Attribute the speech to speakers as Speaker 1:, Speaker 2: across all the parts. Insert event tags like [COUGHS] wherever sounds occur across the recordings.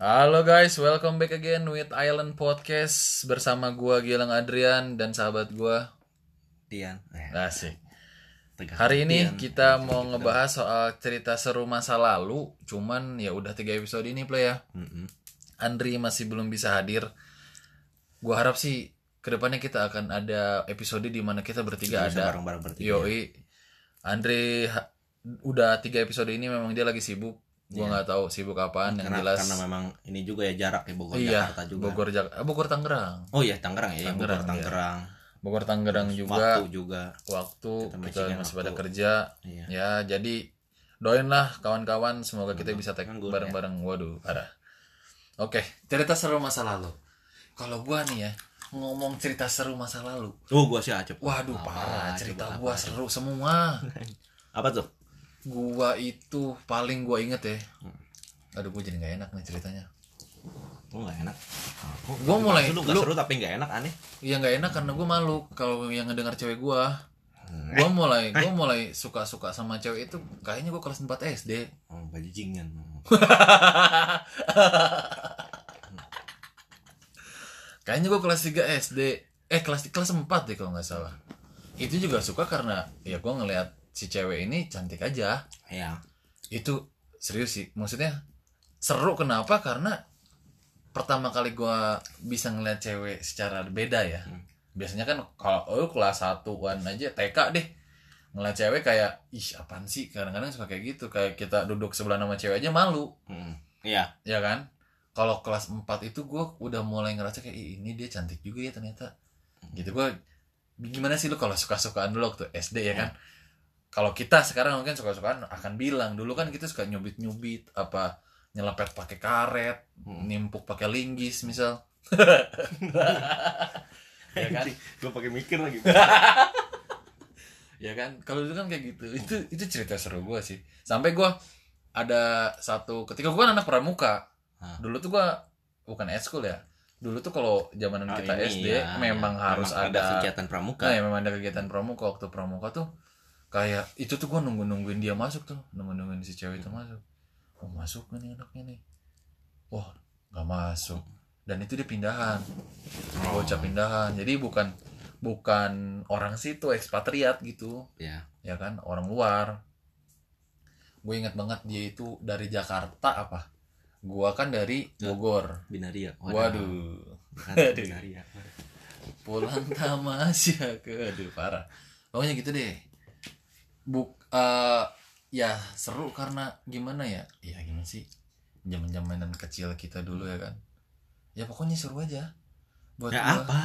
Speaker 1: Halo guys, welcome back again with Island Podcast bersama gua Gilang Adrian dan sahabat gua Iya.
Speaker 2: Tian. Eh,
Speaker 1: Asik.
Speaker 2: tegak
Speaker 1: Hari ini
Speaker 2: Tian.
Speaker 1: kita mau ngebahas soal cerita seru masa lalu, cuman ya udah tiga episode ini play ya.
Speaker 2: Mm-mm.
Speaker 1: Andri masih belum bisa hadir. Gua harap sih kedepannya kita akan ada episode di mana kita bertiga
Speaker 2: Bisa
Speaker 1: ada.
Speaker 2: bareng-bareng bertiga.
Speaker 1: Yoi, Andri ha- udah tiga episode ini memang dia lagi sibuk. Gua nggak tahu sibuk apaan yang
Speaker 2: Iya. Karena,
Speaker 1: jelas.
Speaker 2: karena memang ini juga ya jarak ya Bogor
Speaker 1: iya,
Speaker 2: Jakarta juga.
Speaker 1: Bogor Jak- eh, Bogor Tangerang.
Speaker 2: Oh iya Tangerang ya,
Speaker 1: Tangerang,
Speaker 2: Bogor Tangerang.
Speaker 1: Bogor Tangerang juga
Speaker 2: Waktu juga.
Speaker 1: waktu
Speaker 2: Kita
Speaker 1: kita
Speaker 2: matchingin
Speaker 1: masih
Speaker 2: waktu.
Speaker 1: pada kerja
Speaker 2: Iya.
Speaker 1: ya jadi doain lah kawan-kawan semoga kita bisa tag
Speaker 2: Nganggur, ya.
Speaker 1: bareng-bareng waduh ada oke cerita seru masa lalu kalau gua nih ya ngomong cerita seru masa lalu
Speaker 2: Oh gua sih acep.
Speaker 1: waduh
Speaker 2: Apa,
Speaker 1: parah
Speaker 2: coba
Speaker 1: cerita
Speaker 2: apa?
Speaker 1: gua seru
Speaker 2: [LAUGHS]
Speaker 1: semua
Speaker 2: Apa tuh?
Speaker 1: gua itu paling gua inget ya
Speaker 2: Hmm.
Speaker 1: aduh gua jadi nggak enak nih ceritanya
Speaker 2: Gua enggak enak. Aku
Speaker 1: Gua mulai-
Speaker 2: lu nggak
Speaker 1: lu-
Speaker 2: seru tapi enggak enak aneh.
Speaker 1: Iya nggak enak karena gue malu kalau yang ngedengar cewek gue. Gue mulai gue mulai suka suka sama cewek itu kayaknya gue kelas 4 SD.
Speaker 2: Oh, bajingan.
Speaker 1: Kayaknya gue kelas 3 SD. Eh kelas kelas 4 deh kalau nggak salah. Itu juga suka karena ya gue ngelihat si cewek ini cantik aja.
Speaker 2: [LAUGHS] Iya.
Speaker 1: Itu serius sih. Maksudnya seru kenapa? Karena pertama kali gue bisa ngelihat cewek secara beda ya. Biasanya kan kalau oh, kelas satuan aja TK deh ngeliat cewek kayak ih apaan sih kadang-kadang suka kayak gitu kayak kita duduk sebelah sama cewek aja malu
Speaker 2: Mm-mm. Iya.
Speaker 1: ya kan kalau kelas 4 itu gue udah mulai ngerasa kayak "Ih, ini dia cantik juga ya ternyata gitu gue gimana sih lu kalau suka-sukaan dulu waktu SD ya kan kalau kita sekarang mungkin suka-sukaan akan bilang dulu kan kita suka nyubit-nyubit apa nyelepet pakai karet
Speaker 2: Mm.
Speaker 1: nimpuk pakai linggis misal ya kan
Speaker 2: [LAUGHS]
Speaker 1: Nah,
Speaker 2: Gua pakai mikir lagi.
Speaker 1: ya kan kalau dulu kan kayak gitu itu itu cerita seru gue sih sampai gue ada satu ketika gue anak pramuka
Speaker 2: Hah.
Speaker 1: dulu tuh gue bukan eskul ya dulu tuh kalau zamanan
Speaker 2: Oh,
Speaker 1: kita
Speaker 2: ini
Speaker 1: SD
Speaker 2: ya,
Speaker 1: memang
Speaker 2: ya.
Speaker 1: harus
Speaker 2: Memang
Speaker 1: ada,
Speaker 2: kegiatan pramuka.
Speaker 1: nah, ya, memang ada kegiatan pramuka waktu pramuka tuh kayak itu tuh gue nunggu nungguin dia masuk tuh nunggu nungguin si cewek itu masuk oh masuk kan nih anaknya nih wah nggak masuk dan itu dia pindahan
Speaker 2: Oh,
Speaker 1: bocah pindahan jadi bukan bukan orang situ ekspatriat gitu
Speaker 2: Iya.
Speaker 1: ya kan orang luar gue inget banget dia itu dari Jakarta apa gue kan dari
Speaker 2: Iya.
Speaker 1: Bogor
Speaker 2: Binaria.
Speaker 1: waduh
Speaker 2: Bukan
Speaker 1: Waduh. [LAUGHS]
Speaker 2: Binaria.
Speaker 1: pulang tamasya ke [LAUGHS] aduh parah pokoknya gitu deh buk eh, ya seru karena gimana ya ya gimana sih zaman zamanan kecil kita dulu ya kan ya pokoknya seru aja buat
Speaker 2: Ya
Speaker 1: gua-
Speaker 2: apa?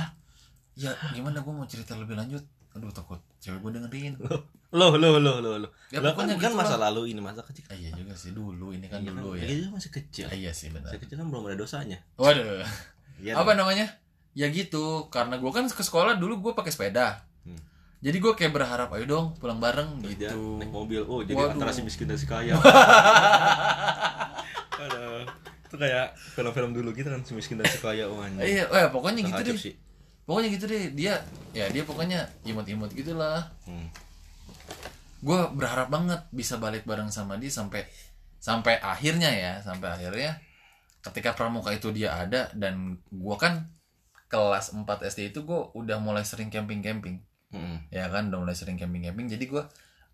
Speaker 1: ya gimana gue mau cerita lebih lanjut aduh takut cewek gue dengerin
Speaker 2: Loh, loh, loh, loh, loh.
Speaker 1: ya
Speaker 2: Lah, kan,
Speaker 1: pokoknya
Speaker 2: kan
Speaker 1: gitu
Speaker 2: masa
Speaker 1: lah.
Speaker 2: lalu ini masa kecil.
Speaker 1: Eh, iya juga sih dulu ini kan
Speaker 2: Iya
Speaker 1: dulu
Speaker 2: kan?
Speaker 1: ya
Speaker 2: Iya, dia masih kecil.
Speaker 1: Ah, iya sih benar.
Speaker 2: Masih kecil kan belum ada dosanya.
Speaker 1: Waduh.
Speaker 2: Iya.
Speaker 1: Apa
Speaker 2: dong.
Speaker 1: namanya? Ya gitu, karena gue kan ke sekolah dulu gue pakai sepeda.
Speaker 2: Hmm.
Speaker 1: Jadi gue kayak berharap ayo dong pulang bareng
Speaker 2: Tidak
Speaker 1: gitu.
Speaker 2: naik mobil. Oh, jadi
Speaker 1: Waduh.
Speaker 2: antara si miskin dan si
Speaker 1: [LAUGHS]
Speaker 2: kaya. Aduh. Itu kayak film-film dulu gitu kan si miskin dan si kaya oh,
Speaker 1: Eh,
Speaker 2: anjing.
Speaker 1: Iya, eh, pokoknya
Speaker 2: Kurang
Speaker 1: gitu
Speaker 2: ajar
Speaker 1: deh.
Speaker 2: sih.
Speaker 1: Pokoknya gitu deh. Dia ya dia pokoknya imut-imut gitulah.
Speaker 2: Hmm.
Speaker 1: Gue berharap banget bisa balik bareng sama dia sampai sampai akhirnya ya, sampai akhirnya ketika pramuka itu dia ada dan gue kan kelas 4 SD itu gue udah mulai sering camping-camping.
Speaker 2: Mm-mm.
Speaker 1: ya kan udah mulai sering camping camping jadi gua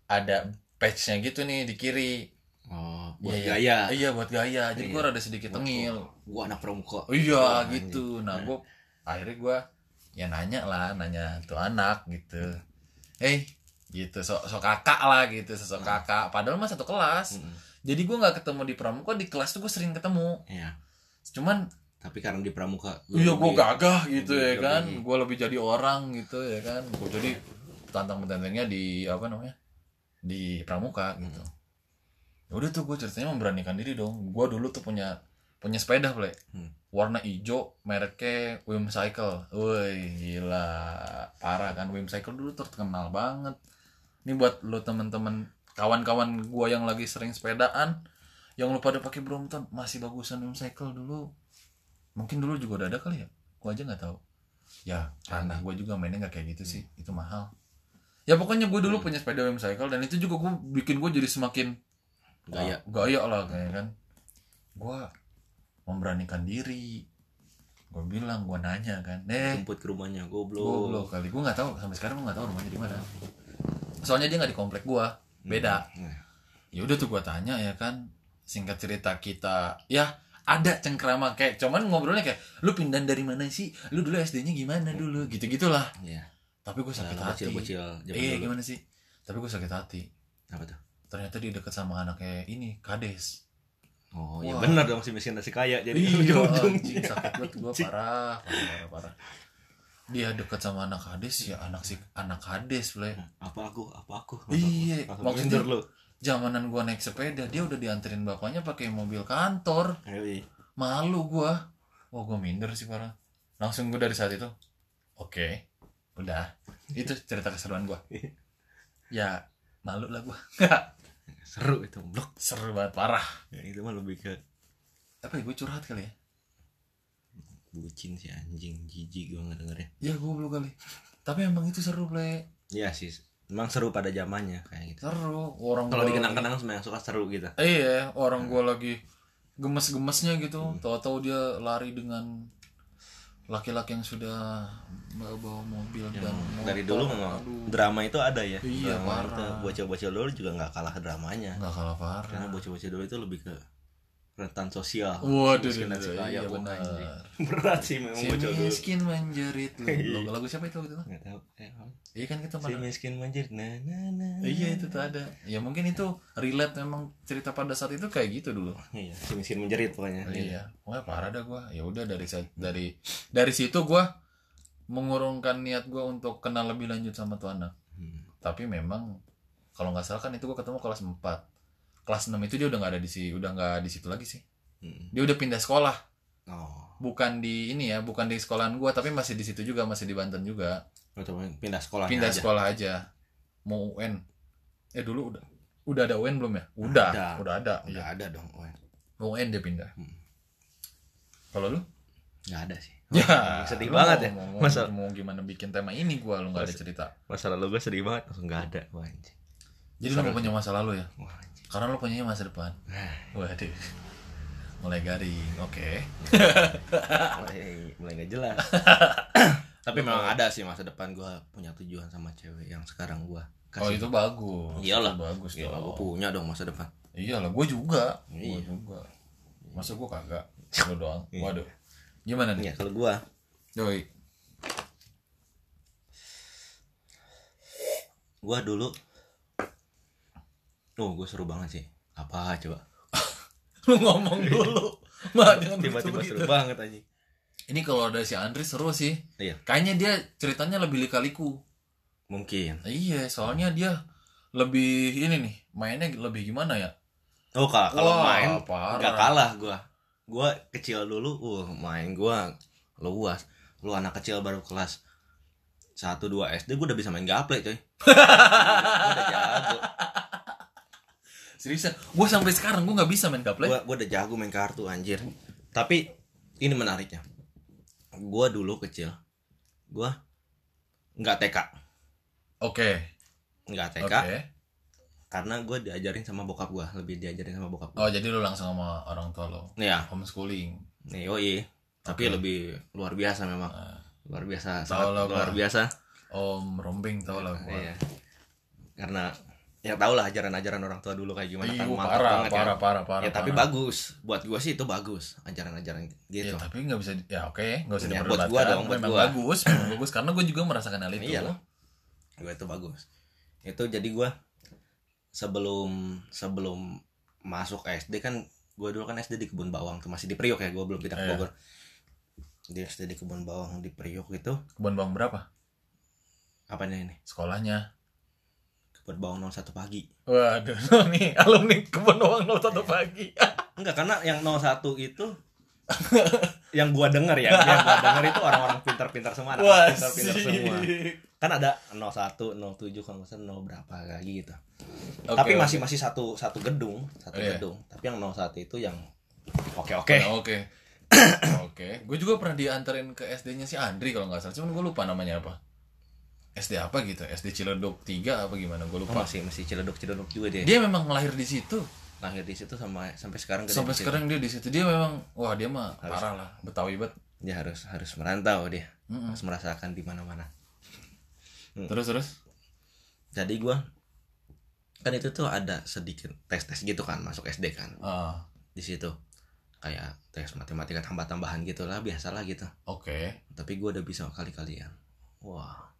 Speaker 1: ada patchnya gitu nih di kiri
Speaker 2: Oh, buat
Speaker 1: Iya,
Speaker 2: gaya.
Speaker 1: iya. iya buat gaya jadi
Speaker 2: Iya.
Speaker 1: gua rada sedikit tengil
Speaker 2: Gua anak pramuka.
Speaker 1: oh, iya
Speaker 2: Wah,
Speaker 1: gitu nah gua akhirnya gua ya nanya lah nanya tuh anak gitu hey gitu sok sok kakak lah gitu sosok
Speaker 2: Nah.
Speaker 1: kakak padahal mah satu kelas
Speaker 2: Mm-mm.
Speaker 1: jadi gua nggak ketemu di pramuka di kelas tuh gua sering ketemu
Speaker 2: Iya.
Speaker 1: cuman
Speaker 2: Tapi karena di pramuka. lu
Speaker 1: Iya gue
Speaker 2: lebih-
Speaker 1: gagah gitu ya
Speaker 2: lebih-
Speaker 1: kan Gue lebih jadi orang gitu ya kan Gue jadi tantang-tantangnya di apa namanya Di pramuka gitu Ya
Speaker 2: Hmm.
Speaker 1: Udah tuh gue ceritanya memberanikan diri dong Gue dulu tuh punya punya sepeda play
Speaker 2: Hmm.
Speaker 1: Warna hijau mereknya Wim Cycle Woi gila Parah kan Wim Cycle dulu terkenal banget Ini buat lo temen-temen Kawan-kawan gue yang lagi sering sepedaan Yang lo pada pakai Brompton Masih bagusan Wim Cycle dulu mungkin dulu juga udah ada kali ya gua aja nggak tahu ya karena gua juga mainnya nggak kayak gitu sih
Speaker 2: Hmm.
Speaker 1: itu mahal ya pokoknya gue dulu punya sepeda BMX cycle dan itu juga gue bikin gue jadi semakin
Speaker 2: Gaya. Hmm.
Speaker 1: gaya lah kayak kan gua memberanikan diri gue bilang gue nanya kan eh
Speaker 2: jemput ke rumahnya
Speaker 1: gue
Speaker 2: goblok
Speaker 1: belum kali gue nggak tahu sampai sekarang gue nggak tahu rumahnya di mana soalnya dia nggak di komplek gue beda
Speaker 2: Nah,
Speaker 1: ya udah tuh gue tanya ya kan singkat cerita kita ya ada cengkrama kayak cuman ngobrolnya kayak lu pindahan dari mana sih lu dulu SD-nya gimana dulu gitu gitulah
Speaker 2: Iya.
Speaker 1: tapi gue sakit hati
Speaker 2: Bocil-bocil zaman
Speaker 1: iya
Speaker 2: dulu.
Speaker 1: gimana sih tapi gue sakit hati
Speaker 2: Apa tuh?
Speaker 1: ternyata dia deket sama anaknya ini kades
Speaker 2: Oh, ya
Speaker 1: Wah.
Speaker 2: benar dong si miskin dan si kaya [LAUGHS] jadi
Speaker 1: iya anjing
Speaker 2: ujung-ujungnya.
Speaker 1: sakit banget gue parah parah parah, parah. dia deket sama anak kades ya anak si anak kades boleh
Speaker 2: Apa aku? Apa aku?
Speaker 1: Iya, maksudnya-
Speaker 2: maksudnya lu.
Speaker 1: zamanan gue naik sepeda dia udah dianterin bapaknya pakai mobil kantor
Speaker 2: Ayo, iya.
Speaker 1: malu gua wah gua minder sih parah langsung gua dari saat itu oke udah itu cerita keseruan
Speaker 2: [LAUGHS]
Speaker 1: gua ya malu lah gua
Speaker 2: Seru itu blok.
Speaker 1: seru banget parah
Speaker 2: Ya, itu mah lebih ke
Speaker 1: apa ya gua curhat kali ya
Speaker 2: bucin si anjing jijik gua ngedengernya.
Speaker 1: ya goblok kali tapi emang itu seru play
Speaker 2: Iya sih. Emang seru pada zamannya kayak gitu.
Speaker 1: seru orang
Speaker 2: Kalau
Speaker 1: gua-
Speaker 2: dikenang-kenang sama yang suka seru gitu.
Speaker 1: iya orang gua lagi gemes-gemesnya gitu tahu-tahu dia lari dengan laki-laki yang sudah bawa mobil dan
Speaker 2: Yang
Speaker 1: motor.
Speaker 2: dari dulu memang
Speaker 1: Aduh,
Speaker 2: drama itu ada ya.
Speaker 1: Iya,
Speaker 2: drama itu
Speaker 1: parah.
Speaker 2: bocil-bocil dulu juga nggak kalah dramanya.
Speaker 1: nggak kalah parah
Speaker 2: Karena bocil-bocil dulu itu lebih ke rentan sosial.
Speaker 1: Waduh,
Speaker 2: Miskin dan si
Speaker 1: iya,
Speaker 2: kaya,
Speaker 1: iya,
Speaker 2: wah,
Speaker 1: benar.
Speaker 2: anjing. Berat sih memang
Speaker 1: Si
Speaker 2: bocil dulu.
Speaker 1: miskin menjerit
Speaker 2: [LAUGHS]
Speaker 1: lu. Lagu siapa itu waktu itu?
Speaker 2: Nggak tahu. Eh, apa?
Speaker 1: Iya kan kita
Speaker 2: Si
Speaker 1: mana?
Speaker 2: miskin manjir. Nah, nah, nah.
Speaker 1: Iya itu tuh ada. Ya mungkin itu relate memang cerita pada saat itu kayak gitu dulu.
Speaker 2: Iya, si miskin menjerit pokoknya.
Speaker 1: Iya. Wah parah dah gua. Ya udah dari sa- dari dari situ gua mengurungkan niat gua untuk kenal lebih lanjut sama tuh anak.
Speaker 2: Hmm.
Speaker 1: Tapi memang kalau nggak salah kan itu gua ketemu kelas 4 kelas 6 itu dia udah nggak ada di si udah nggak di situ lagi sih
Speaker 2: Hmm.
Speaker 1: dia udah pindah sekolah
Speaker 2: Oh.
Speaker 1: bukan di ini ya bukan di sekolahan gua tapi masih di situ juga masih di Banten juga
Speaker 2: Lu coba pindah sekolah
Speaker 1: pindah sekolah aja mau UN eh dulu udah udah ada UN belum ya udah
Speaker 2: Ada.
Speaker 1: udah ada
Speaker 2: Udah
Speaker 1: Iya.
Speaker 2: ada dong. Wah,
Speaker 1: mau UN dia pindah
Speaker 2: Hmm.
Speaker 1: kalau lu
Speaker 2: nggak ada sih.
Speaker 1: [COUGHS] ya lu
Speaker 2: sedih
Speaker 1: mau-
Speaker 2: banget ya.
Speaker 1: mau, mau,
Speaker 2: Masa-
Speaker 1: mau gimana bikin tema ini gua lu nggak ada
Speaker 2: Masa-
Speaker 1: cerita
Speaker 2: Masa lalu gue sedih banget langsung nggak ada. Wah, anjing.
Speaker 1: jadi lu nggak punya masa lalu ya
Speaker 2: Wah, anjing.
Speaker 1: karena lu punyanya masa depan waduh [LAUGHS] mulai garing oke
Speaker 2: mulai mulai nggak
Speaker 1: [LAUGHS]
Speaker 2: jelas tapi memang ada sih masa depan gue punya tujuan sama cewek yang sekarang gue
Speaker 1: oh itu bagus
Speaker 2: Iyalah.
Speaker 1: Itu bagus
Speaker 2: ya gue
Speaker 1: dong
Speaker 2: punya dong masa depan
Speaker 1: iyalah gua juga gua
Speaker 2: Iya.
Speaker 1: juga masa gua [LAUGHS] kagak lu doang waduh gimana nih
Speaker 2: ya kalau gue
Speaker 1: Doi.
Speaker 2: gue dulu oh gue seru banget sih apa coba
Speaker 1: [LAUGHS] lu ngomong [LAUGHS] dulu mah jangan
Speaker 2: tiba-tiba
Speaker 1: begitu
Speaker 2: seru banget aja
Speaker 1: ini kalau ada si Andri seru sih
Speaker 2: iya
Speaker 1: kayaknya dia ceritanya lebih lika-liku
Speaker 2: mungkin
Speaker 1: iya soalnya dia lebih ini nih mainnya lebih gimana ya
Speaker 2: oh kalau kalau
Speaker 1: Wah,
Speaker 2: main
Speaker 1: parah.
Speaker 2: nggak kalah gue gue kecil dulu uh main gue luas lu anak kecil baru kelas satu dua SD gue udah bisa main gaple
Speaker 1: [LAUGHS]
Speaker 2: coy Gua udah jago
Speaker 1: seriusan gue ya? sampai sekarang gue nggak bisa main gaple
Speaker 2: gua gua udah jago main kartu anjir tapi ini menariknya gua dulu kecil gua nggak TK
Speaker 1: oke
Speaker 2: nggak TK
Speaker 1: oke
Speaker 2: karena gua diajarin sama bokap gua lebih diajarin sama bokap gua
Speaker 1: oh jadi lu langsung sama orang tua lo
Speaker 2: nih ya
Speaker 1: homeschooling
Speaker 2: nih yoi. tapi
Speaker 1: Oke.
Speaker 2: lebih luar biasa memang
Speaker 1: Ah,
Speaker 2: luar biasa
Speaker 1: Tau lah
Speaker 2: sangat luar
Speaker 1: gua.
Speaker 2: biasa
Speaker 1: om rombeng tau lah gue
Speaker 2: Iya. karena ya tau lah ajaran-ajaran orang tua dulu kayak gimana
Speaker 1: Iya,
Speaker 2: kan mantap
Speaker 1: parah, parah,
Speaker 2: banget kan
Speaker 1: parah, parah,
Speaker 2: ya tapi
Speaker 1: parah.
Speaker 2: bagus buat gua sih itu bagus ajaran-ajaran
Speaker 1: Ya,
Speaker 2: gitu
Speaker 1: tapi nggak bisa, di- ya oke, nggak usah
Speaker 2: Ya,
Speaker 1: diperdebatkan.
Speaker 2: buat gua dong, buat
Speaker 1: memang
Speaker 2: gua. Iya
Speaker 1: bagus, memang bagus. Karena gue juga merasakan hal itu.
Speaker 2: Iyalah. gue itu bagus itu jadi gue sebelum sebelum masuk SD kan gue dulu kan SD di kebun bawang tuh masih di Priok ya gue belum pindah ke
Speaker 1: Iya.
Speaker 2: Bogor di SD di kebun bawang di Priok itu
Speaker 1: Kebun bang berapa?
Speaker 2: apanya ini
Speaker 1: Sekolahnya?
Speaker 2: kebun bawang 01 pagi
Speaker 1: Waduh, [LAUGHS] lo nih alumni kebun uang 01 pagi.
Speaker 2: enggak karena yang 01
Speaker 1: [LAUGHS]
Speaker 2: itu yang gua denger ya yang gua denger itu orang-orang pintar-pintar semua anak
Speaker 1: Wah,
Speaker 2: pintar-pintar
Speaker 1: sih.
Speaker 2: semua kan ada 01 07 kalau nggak salah 0 berapa lagi gitu
Speaker 1: Oke,
Speaker 2: tapi
Speaker 1: oke.
Speaker 2: masih masih satu satu gedung satu
Speaker 1: Iya.
Speaker 2: gedung tapi yang 01 itu yang oke oke
Speaker 1: Nah, Oke. Oke. Gue juga pernah dianterin ke SD-nya si Andri kalau nggak salah. Cuman gue lupa namanya apa. SD apa ya? gitu? SD Ciledug 3 apa gimana? Gue
Speaker 2: Oh,
Speaker 1: lupa.
Speaker 2: masih masih celodok celodok juga dia
Speaker 1: Dia memang lahir di situ.
Speaker 2: lahir di situ sama sampai sekarang gede
Speaker 1: sampai
Speaker 2: di situ.
Speaker 1: sekarang dia di situ dia memang wah dia mah
Speaker 2: Harus.
Speaker 1: parah lah betawi banget
Speaker 2: dia harus harus merantau dia
Speaker 1: Mm-mm.
Speaker 2: harus merasakan di mana-mana
Speaker 1: terus terus
Speaker 2: jadi gua kan itu tuh ada sedikit tes tes gitu kan masuk SD kan
Speaker 1: Ah,
Speaker 2: di situ kayak tes matematika tambah tambahan gitulah biasalah gitu
Speaker 1: oke
Speaker 2: tapi gua udah bisa kali kalian wah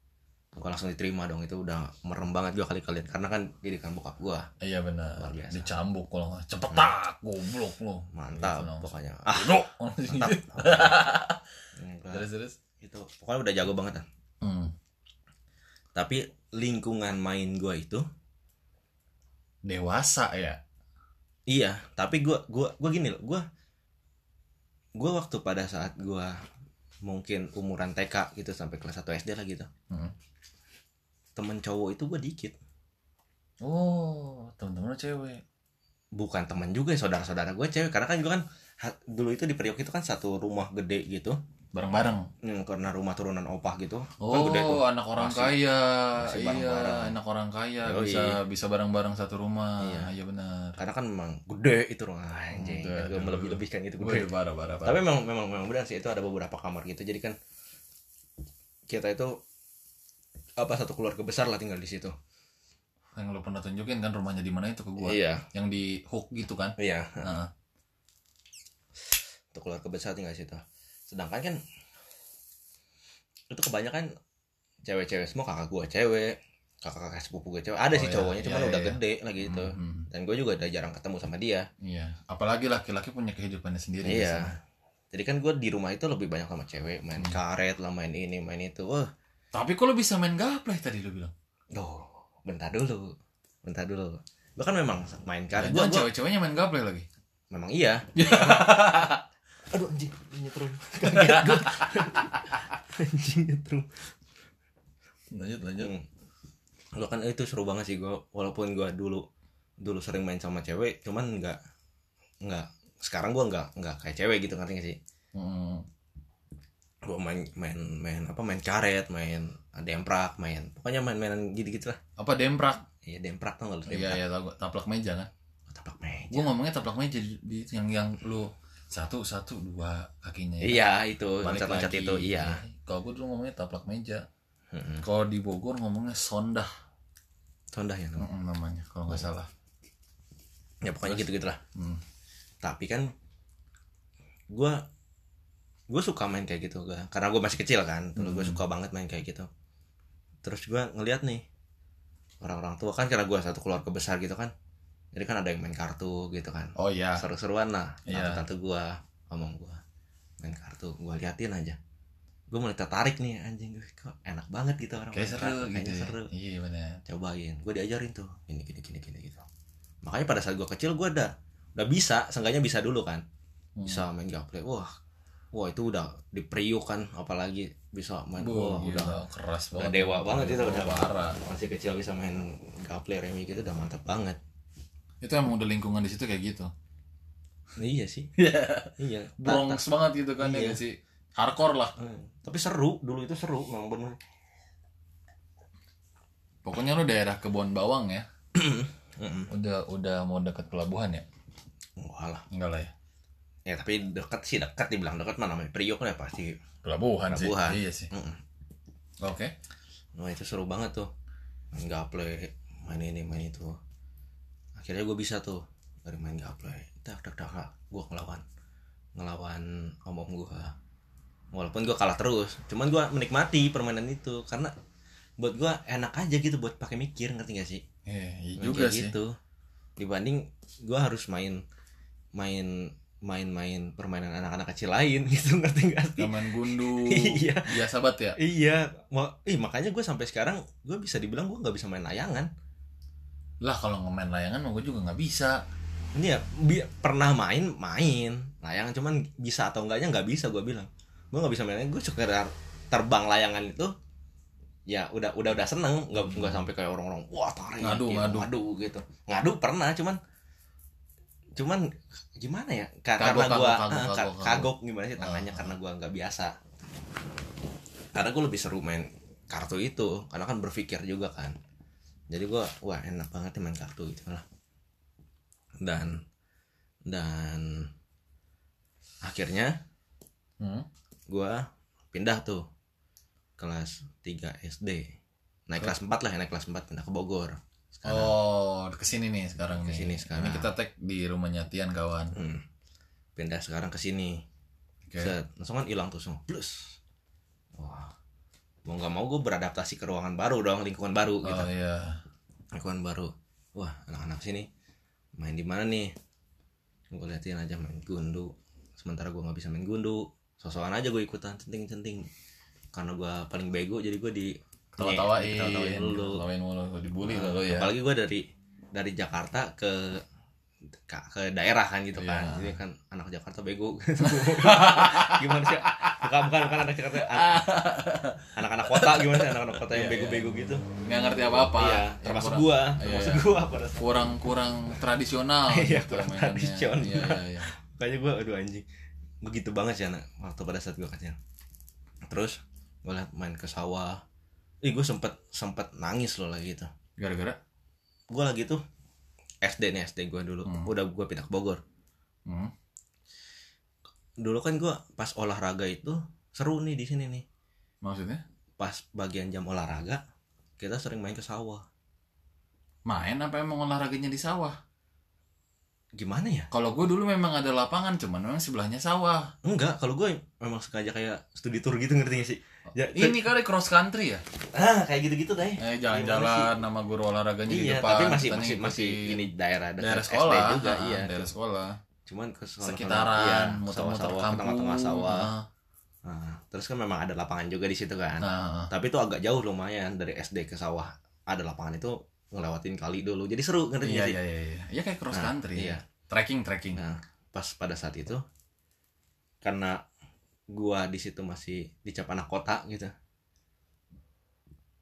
Speaker 2: gua langsung diterima dong itu udah merem banget gua kali kalian karena kan didikan bokap gua
Speaker 1: iya benar
Speaker 2: Luar biasa.
Speaker 1: dicambuk kalau nggak cepet tak goblok lo
Speaker 2: mantap
Speaker 1: Gitu langsung.
Speaker 2: pokoknya ah
Speaker 1: Bro. Langsung [LAUGHS]
Speaker 2: mantap
Speaker 1: gitu.
Speaker 2: Enggak,
Speaker 1: terus terus
Speaker 2: itu pokoknya udah jago banget kan
Speaker 1: hmm.
Speaker 2: tapi lingkungan main gua itu
Speaker 1: dewasa ya
Speaker 2: Iya, tapi gua gua gua gini loh, gua gua waktu pada saat gua mungkin umuran TK gitu sampai kelas 1 SD lah gitu.
Speaker 1: Hmm.
Speaker 2: Temen cowok itu gua dikit.
Speaker 1: oh teman-teman lu cewek
Speaker 2: Bukan temen juga ya saudara-saudara gua cewek karena kan gua kan ha- dulu itu di Priok itu kan satu rumah gede gitu.
Speaker 1: bareng-bareng
Speaker 2: Hmm, karena rumah turunan opah gitu.
Speaker 1: oh
Speaker 2: kan gede tuh.
Speaker 1: anak orang
Speaker 2: Masih-
Speaker 1: kaya
Speaker 2: masih
Speaker 1: iya
Speaker 2: bareng-bareng.
Speaker 1: anak orang kaya
Speaker 2: Yoi.
Speaker 1: bisa bisa bareng-bareng satu rumah
Speaker 2: Iya.
Speaker 1: iya benar
Speaker 2: Karena kan memang gede itu rumah Ah, anjing.
Speaker 1: Udah,
Speaker 2: Gua
Speaker 1: aduh.
Speaker 2: melebih-lebihkan gitu
Speaker 1: Wih,
Speaker 2: gede.
Speaker 1: parah parah
Speaker 2: Tapi
Speaker 1: parah
Speaker 2: memang memang memang benar sih itu ada beberapa kamar gitu. Jadi kan kita itu apa satu keluarga besar lah tinggal di situ.
Speaker 1: yang lu pernah tunjukin kan rumahnya di mana itu ke gua
Speaker 2: Iya,
Speaker 1: yang di hook gitu
Speaker 2: [LAUGHS]
Speaker 1: kan
Speaker 2: iya.
Speaker 1: Heeh.
Speaker 2: Untuk keluarga besar tinggal di situ. Sedangkan kan itu kebanyakan cewek-cewek semua kakak gua cewek, kakak-kakak sepupu gue cewek.
Speaker 1: Oh,
Speaker 2: Ada sih
Speaker 1: iya,
Speaker 2: cowoknya
Speaker 1: iya,
Speaker 2: cuman
Speaker 1: iya,
Speaker 2: udah
Speaker 1: iya.
Speaker 2: gede lah gitu.
Speaker 1: Mhm.
Speaker 2: Dan gue juga udah jarang ketemu sama dia.
Speaker 1: Iya, apalagi laki-laki punya kehidupannya sendiri.
Speaker 2: Iya.
Speaker 1: biasanya.
Speaker 2: Jadi kan gue di rumah itu lebih banyak sama cewek, main
Speaker 1: Hmm.
Speaker 2: karet lah, main ini, main itu. Wah,
Speaker 1: Tapi kalau bisa main gaplay tadi lu bilang.
Speaker 2: Duh, bentar dulu. Bentar dulu. Gue kan memang main karet.
Speaker 1: Jangan
Speaker 2: Gue gua,
Speaker 1: cewek-ceweknya main gaplay lagi.
Speaker 2: memang
Speaker 1: [LAUGHS]
Speaker 2: iya. Aduh anjing, nyetrum. Kaget
Speaker 1: [LAUGHS]
Speaker 2: gue. anjing nyetrum.
Speaker 1: Lanjut, lanjut.
Speaker 2: Hmm. Lo kan itu seru banget sih gue. Walaupun gue dulu dulu sering main sama cewek, cuman nggak nggak sekarang gue nggak nggak kayak cewek gitu ngerti gak sih?
Speaker 1: Hmm.
Speaker 2: Gue main main main apa main karet, main demprak, main pokoknya main-mainan gitu-gitu lah.
Speaker 1: Apa demprak?
Speaker 2: Iya demprak tau gak lo
Speaker 1: Iya,
Speaker 2: demprak?
Speaker 1: iya, tahu gua. taplak meja kan.
Speaker 2: Oh, taplak meja.
Speaker 1: Gua ngomongnya taplak meja di, di- yang yang lu satu satu dua kakinya. ya.
Speaker 2: Iya itu
Speaker 1: Balik
Speaker 2: loncat-loncat
Speaker 1: lagi.
Speaker 2: itu iya.
Speaker 1: Kalau gua dulu ngomongnya taplak meja.
Speaker 2: Mm-mm.
Speaker 1: Kalau di Bogor ngomongnya sondah
Speaker 2: Sondah ya namanya.
Speaker 1: Mm-mm, namanya kalau nggak salah.
Speaker 2: Ya pokoknya gitu gitulah.
Speaker 1: Hmm.
Speaker 2: Tapi kan gua gue suka main kayak gitu gua. karena gue masih kecil kan dulu gue
Speaker 1: Hmm.
Speaker 2: suka banget main kayak gitu terus gua ngeliat nih orang-orang tua kan karena gua satu keluarga besar gitu kan jadi kan ada yang main kartu gitu kan
Speaker 1: Oh iya.
Speaker 2: seru-seruan lah
Speaker 1: Iya.
Speaker 2: tante-tante gua omong gua main kartu gua liatin aja gue mulai tertarik nih anjing gue kok enak banget gitu orang
Speaker 1: Kayak
Speaker 2: main
Speaker 1: seru
Speaker 2: kartu,
Speaker 1: gitu.
Speaker 2: kayaknya
Speaker 1: ya.
Speaker 2: seru
Speaker 1: Iya, benar.
Speaker 2: cobain gue diajarin tuh ini gini gini gini gitu makanya pada saat gue kecil gue udah udah bisa seenggaknya bisa dulu kan
Speaker 1: Hmm.
Speaker 2: bisa main gaple wah wah itu udah dipriuk kan apalagi bisa main
Speaker 1: Wah,
Speaker 2: wah udah
Speaker 1: keras
Speaker 2: udah
Speaker 1: banget.
Speaker 2: dewa banget itu udah
Speaker 1: parah.
Speaker 2: masih kecil bisa main gaple remi gitu udah mantap banget
Speaker 1: Itu emang udah lingkungan di situ kayak gitu.
Speaker 2: iya sih iya Ta-
Speaker 1: Bronx banget gitu kan
Speaker 2: Iya.
Speaker 1: ya nggak sih. Hardcore lah.
Speaker 2: ta- eh, tapi seru dulu itu seru memang bener
Speaker 1: Pokoknya lu daerah kebon bawang ya.
Speaker 2: Mm-mm.
Speaker 1: Udah udah mau dekat pelabuhan ya?
Speaker 2: Enggak lah
Speaker 1: Enggak lah ya.
Speaker 2: ya tapi deket sih deket dibilang deket mana namanya priuk lah ya, pasti
Speaker 1: Pelabuhan,
Speaker 2: Pelabuhan.
Speaker 1: sih. Iya sih.
Speaker 2: Mm-mm.
Speaker 1: Oke.
Speaker 2: Wah itu seru banget tuh Main gaple Main ini main itu Akhirnya gue bisa tuh Dari main gaple Tak tak tak tak Gue ngelawan Ngelawan omong gue Walaupun gue kalah terus Cuman gue menikmati permainan itu Karena Buat gue enak aja gitu Buat pakai mikir ngerti gak sih
Speaker 1: Iya, iya
Speaker 2: Main
Speaker 1: juga
Speaker 2: kayak
Speaker 1: sih.
Speaker 2: gitu Dibanding gue harus main Main main-main permainan anak-anak kecil lain [LAUGHS] gitu ngerti gak sih
Speaker 1: Taman gundu.
Speaker 2: [LAUGHS] Iya.
Speaker 1: Biasa banget ya.
Speaker 2: Iya, ma- ih, makanya gue sampai sekarang gue bisa dibilang gue nggak bisa main layangan.
Speaker 1: Lah kalau ngemain layangan mah gue juga nggak bisa.
Speaker 2: Ini ya bi- pernah main main layangan cuman bisa atau enggaknya nggak bisa gue bilang. Gue nggak bisa main layangan. Gue sekedar terbang layangan itu ya udah udah udah seneng nggak nggak sampai kayak orang-orang wah tarik
Speaker 1: Ngadu,
Speaker 2: gitu,
Speaker 1: ngadu.
Speaker 2: gitu ngadu pernah cuman cuman gimana ya Ka-
Speaker 1: Kagok,
Speaker 2: karena gue
Speaker 1: kagok, kagok, kagok, kagok.
Speaker 2: kagok gimana sih tangannya
Speaker 1: Ah.
Speaker 2: karena gue nggak biasa karena gue lebih seru main kartu itu karena kan berpikir juga kan jadi gue wah enak banget nih main kartu gitu lah dan dan akhirnya
Speaker 1: Hmm.
Speaker 2: gua pindah tuh kelas 3 SD naik kelas 4 lah naik kelas 4 pindah ke Bogor sekarang
Speaker 1: Oh, kesini nih sekarang nih.
Speaker 2: Kesini sekarang.
Speaker 1: Ini kita tag di rumahnya Tian kawan.
Speaker 2: Hmm. pindah sekarang ke sini
Speaker 1: Oke.
Speaker 2: Set, langsung kan hilang tuh semua plus wah mau nggak mau gue beradaptasi ke ruangan baru dong lingkungan baru gitu
Speaker 1: Oh iya.
Speaker 2: lingkungan baru wah anak-anak sini main di mana nih gue liatin aja main gundu sementara gue nggak bisa main gundu sosokan aja gue ikutan centing-centing karena gue paling bego jadi gue di
Speaker 1: Tawa-tawain,
Speaker 2: diketawa-tawain dulu Nah,
Speaker 1: tawain mulu, dibully lah lo ya.
Speaker 2: apalagi gue dari dari Jakarta ke ke, ke daerah kan gitu kan
Speaker 1: Iya.
Speaker 2: jadi kan anak Jakarta bego [LAUGHS] gimana sih bukan bukan bukan anak Jakarta an- anak-anak kota gimana sih anak-anak kota
Speaker 1: Iya,
Speaker 2: yang bego-bego gitu
Speaker 1: Nggak ngerti apa-apa.
Speaker 2: iya
Speaker 1: Ya,
Speaker 2: termasuk
Speaker 1: kurang-
Speaker 2: gua
Speaker 1: Iya,
Speaker 2: termasuk
Speaker 1: iya.
Speaker 2: gua pada saat-
Speaker 1: Kurang-kurang tradisional.
Speaker 2: [LAUGHS] Iya,
Speaker 1: gitu
Speaker 2: kurang
Speaker 1: mainannya.
Speaker 2: tradisional.
Speaker 1: Iya, iya, iya.
Speaker 2: kayaknya gua aduh anjing begitu banget sih anak waktu pada saat gua kecil terus gua liat main ke sawah ih gua sempet sempet nangis loh lagi itu
Speaker 1: Gara-gara?
Speaker 2: gua lagi tuh SD nih SD gua dulu
Speaker 1: Hmm.
Speaker 2: udah gua pindah ke Bogor
Speaker 1: Hmm.
Speaker 2: dulu kan gue pas olahraga itu seru nih di sini nih
Speaker 1: Maksudnya?
Speaker 2: pas bagian jam olahraga kita sering main ke sawah
Speaker 1: Main apa emang olahraganya di sawah?
Speaker 2: gimana ya
Speaker 1: Kalau gue dulu memang ada lapangan, cuman memang sebelahnya sawah.
Speaker 2: enggak kalau gue memang sengaja kayak studi tour gitu ngerti gak sih ya,
Speaker 1: Ini kali cross country ya?
Speaker 2: ah kayak gitu gitu deh
Speaker 1: Eh, jalan-jalan nama guru olahraganya di
Speaker 2: iya
Speaker 1: depan.
Speaker 2: tapi masih
Speaker 1: kita
Speaker 2: masih
Speaker 1: ngikutin
Speaker 2: masih ini daerah dekat
Speaker 1: daerah
Speaker 2: SD
Speaker 1: sekolah
Speaker 2: juga
Speaker 1: ah,
Speaker 2: iya
Speaker 1: daerah sekolah
Speaker 2: cuman ke sekolah- iya,
Speaker 1: sekitaran muter-muter
Speaker 2: sawah-sawah, ke
Speaker 1: kampung
Speaker 2: tengah-tengah sawah
Speaker 1: ah.
Speaker 2: Nah, terus kan memang ada lapangan juga di situ kan
Speaker 1: nah
Speaker 2: tapi itu agak jauh lumayan dari SD ke sawah ada lapangan itu ngelewatin kali dulu jadi seru ngerti
Speaker 1: iya
Speaker 2: gak sih
Speaker 1: iya iya iya ya kayak cross
Speaker 2: Nah,
Speaker 1: country
Speaker 2: iya.
Speaker 1: trekking trekking
Speaker 2: Nah, pas pada saat itu karena gua di situ masih dicap anak kota gitu.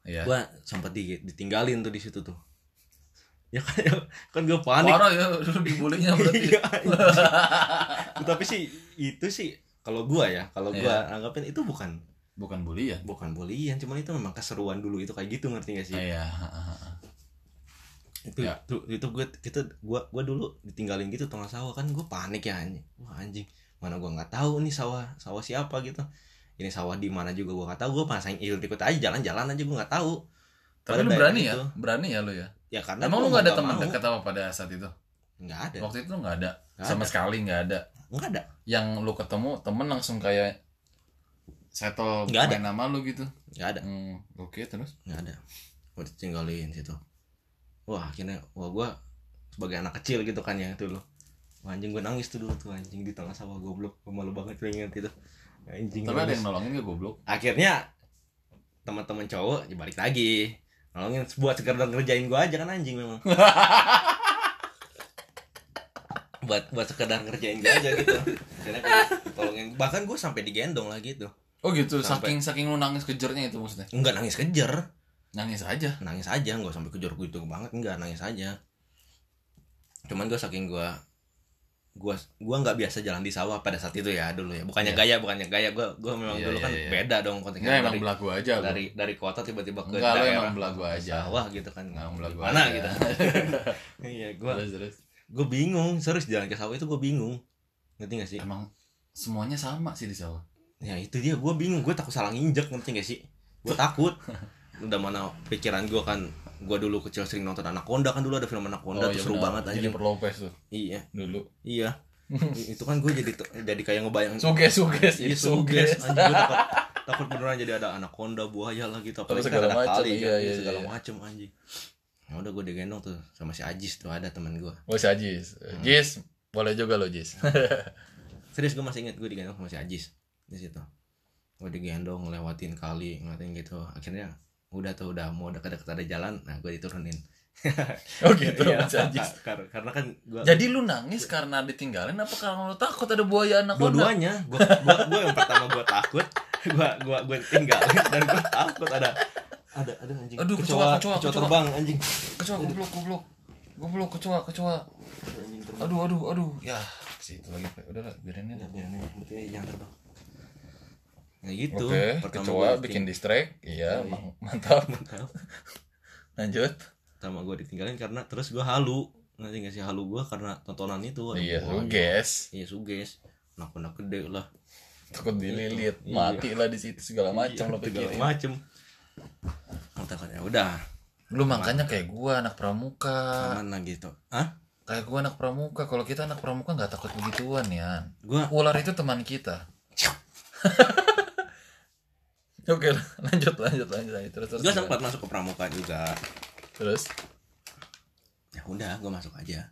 Speaker 1: iya
Speaker 2: Gua sempat di- ditinggalin tuh di situ tuh. Ya kan, ya, kan gua panik.
Speaker 1: parah ya lu
Speaker 2: [LAUGHS]
Speaker 1: dibulinya berarti
Speaker 2: Iya, anjing. Tapi sih itu sih kalau gua ya, kalau gua anggapin itu bukan
Speaker 1: [LAUGHS] bukan bully ya
Speaker 2: bukan bulian, cuman itu memang keseruan dulu itu kayak gitu ngerti gak sih?
Speaker 1: iya ah, ah, ah.
Speaker 2: itu
Speaker 1: Ya.
Speaker 2: itu, itu gue kita gua gua dulu ditinggalin gitu tengah sawah kan gue panik ya anjing wah anjing mana gua nggak tahu nih sawah sawah siapa gitu ini sawah di mana juga gua nggak tahu gue pasang ikut ikut aja jalan-jalan aja gua nggak tahu
Speaker 1: tapi
Speaker 2: Pada
Speaker 1: lu
Speaker 2: daerah
Speaker 1: berani ya
Speaker 2: itu.
Speaker 1: berani ya lu ya
Speaker 2: ya karena
Speaker 1: emang
Speaker 2: gitu. gua
Speaker 1: lu nggak ada
Speaker 2: nggak
Speaker 1: teman
Speaker 2: mau.
Speaker 1: dekat apa pada saat itu
Speaker 2: nggak ada
Speaker 1: waktu itu lu nggak ada
Speaker 2: Nggak
Speaker 1: sama
Speaker 2: ada.
Speaker 1: sekali nggak ada
Speaker 2: nggak ada
Speaker 1: yang lu ketemu temen langsung kayak settle
Speaker 2: Nggak ada.
Speaker 1: main nama lu gitu
Speaker 2: nggak ada
Speaker 1: Hmm, oke terus
Speaker 2: nggak ada gue ditinggalin situ wah akhirnya wah gua sebagai anak kecil gitu kan ya dulu Wah, anjing gue nangis tuh dulu tuh anjing di tengah sawah goblok gue malu banget gue inget itu anjing
Speaker 1: tapi
Speaker 2: gua
Speaker 1: ada
Speaker 2: nangis.
Speaker 1: yang nolongin gak goblok
Speaker 2: akhirnya teman-teman cowok ya balik lagi nolongin buat sekedar ngerjain gua aja kan anjing memang [LAUGHS] buat buat sekedar ngerjain gua aja gitu akhirnya gua tolongin bahkan gua sampai digendong lagi itu
Speaker 1: Oh gitu, saking
Speaker 2: Sampai-
Speaker 1: saking lu nangis kejernya itu maksudnya.
Speaker 2: enggak nangis kejer
Speaker 1: Nangis aja.
Speaker 2: nangis aja nggak sampai kejer gitu banget enggak nangis aja cuman gua saking gua gua gua nggak biasa jalan di sawah pada saat itu ya dulu ya bukannya gaya bukannya gaya gua gua memang
Speaker 1: Iya,
Speaker 2: dulu
Speaker 1: iya,
Speaker 2: kan
Speaker 1: iya.
Speaker 2: beda dong konteksnya
Speaker 1: Enggak emang
Speaker 2: dari-
Speaker 1: belagu aja gua.
Speaker 2: dari dari kota tiba-tiba
Speaker 1: Enggak,
Speaker 2: ke
Speaker 1: lo
Speaker 2: daerah
Speaker 1: emang belagu aja.
Speaker 2: sawah gitu kan
Speaker 1: Enggak emang belagu
Speaker 2: mana
Speaker 1: aja. [LAUGHS]
Speaker 2: gitu iya gue
Speaker 1: terus terus.
Speaker 2: gue bingung serius jalan ke sawah itu gue bingung ngerti gak sih
Speaker 1: Emang semuanya sama sih di sawah.
Speaker 2: ya itu dia gue bingung gue takut salah nginjek ngerti gak sih gue
Speaker 1: [LAUGHS]
Speaker 2: takut udah mana pikiran gue kan gue dulu kecil sering nonton Anaconda kan dulu ada film Anaconda tuh
Speaker 1: iya
Speaker 2: seru
Speaker 1: benar.
Speaker 2: banget anjing
Speaker 1: Jennifer Lopez tuh
Speaker 2: iya
Speaker 1: dulu.
Speaker 2: iya
Speaker 1: [LAUGHS]
Speaker 2: itu kan gue jadi jadi kayak ngebayang
Speaker 1: Suges suges
Speaker 2: Iya,
Speaker 1: itu
Speaker 2: suges.
Speaker 1: suges. [LAUGHS]
Speaker 2: Anjing gue takut, takut beneran jadi ada anaconda buaya lah gitu. Apalagi
Speaker 1: segala
Speaker 2: kan ada
Speaker 1: macem,
Speaker 2: kali, kan?
Speaker 1: iya, iya,
Speaker 2: segala
Speaker 1: iya.
Speaker 2: macem anjing. Ya udah gue digendong tuh sama si Ajis tuh ada teman gue.
Speaker 1: Oh si Ajis.
Speaker 2: Hmm.
Speaker 1: Jis, boleh juga lo Jis. [LAUGHS]
Speaker 2: Serius gue masih inget gue digendong sama si Ajis di situ. Gue digendong ngelewatin kali, ngeliatin gitu. Akhirnya udah tuh udah mau dekat-dekat ada jalan, nah gue diturunin.
Speaker 1: oh gitu
Speaker 2: Iya,
Speaker 1: si Ajis.
Speaker 2: kar- karena kan gue
Speaker 1: Jadi lu nangis karena ditinggalin apa karena lu takut ada buaya anak Dua-dua.
Speaker 2: dua-duanya gua, gua, gua yang pertama gua takut gua gua gua tinggalin dan gua takut ada ada ada anjing
Speaker 1: Aduh, kecoa, kecoa, kecoa.
Speaker 2: terbang anjing
Speaker 1: Kecoa goblok goblok. Goblok kecoa kecoa.
Speaker 2: anjing terbang
Speaker 1: Aduh aduh aduh. Ya, ke situ lagi. Udah lah, biarin aja.
Speaker 2: ya, biarin aja, berarti jangan terbang nah gitu
Speaker 1: Oke,
Speaker 2: pertama
Speaker 1: kecoa
Speaker 2: gua
Speaker 1: bikin distract. Iya,
Speaker 2: Iya.
Speaker 1: mantap.
Speaker 2: ditinggalin.
Speaker 1: Lanjut.
Speaker 2: pertama gua ditinggalin karena terus gua halu ngerti gak sih halu gua karena tontonan itu ada
Speaker 1: Iya,
Speaker 2: bolongnya.
Speaker 1: guys.
Speaker 2: iya suges anak-anak gede lah
Speaker 1: Takut dililit,
Speaker 2: Iya.
Speaker 1: mati lah di situ segala macam lo
Speaker 2: Iya, segala
Speaker 1: pikirin.
Speaker 2: macem kata ya udah
Speaker 1: Lu makanya kayak gua anak pramuka.
Speaker 2: aman lah gitu ah
Speaker 1: Kayak gua anak pramuka. Kalau kita anak pramuka nggak takut begituan ya.
Speaker 2: gua
Speaker 1: Ular itu teman kita. [LAUGHS] Oke, lanjut lanjut lanjut lanjut terus terus.
Speaker 2: gua sempat masuk ke pramuka juga
Speaker 1: Terus.
Speaker 2: ya udah gua masuk aja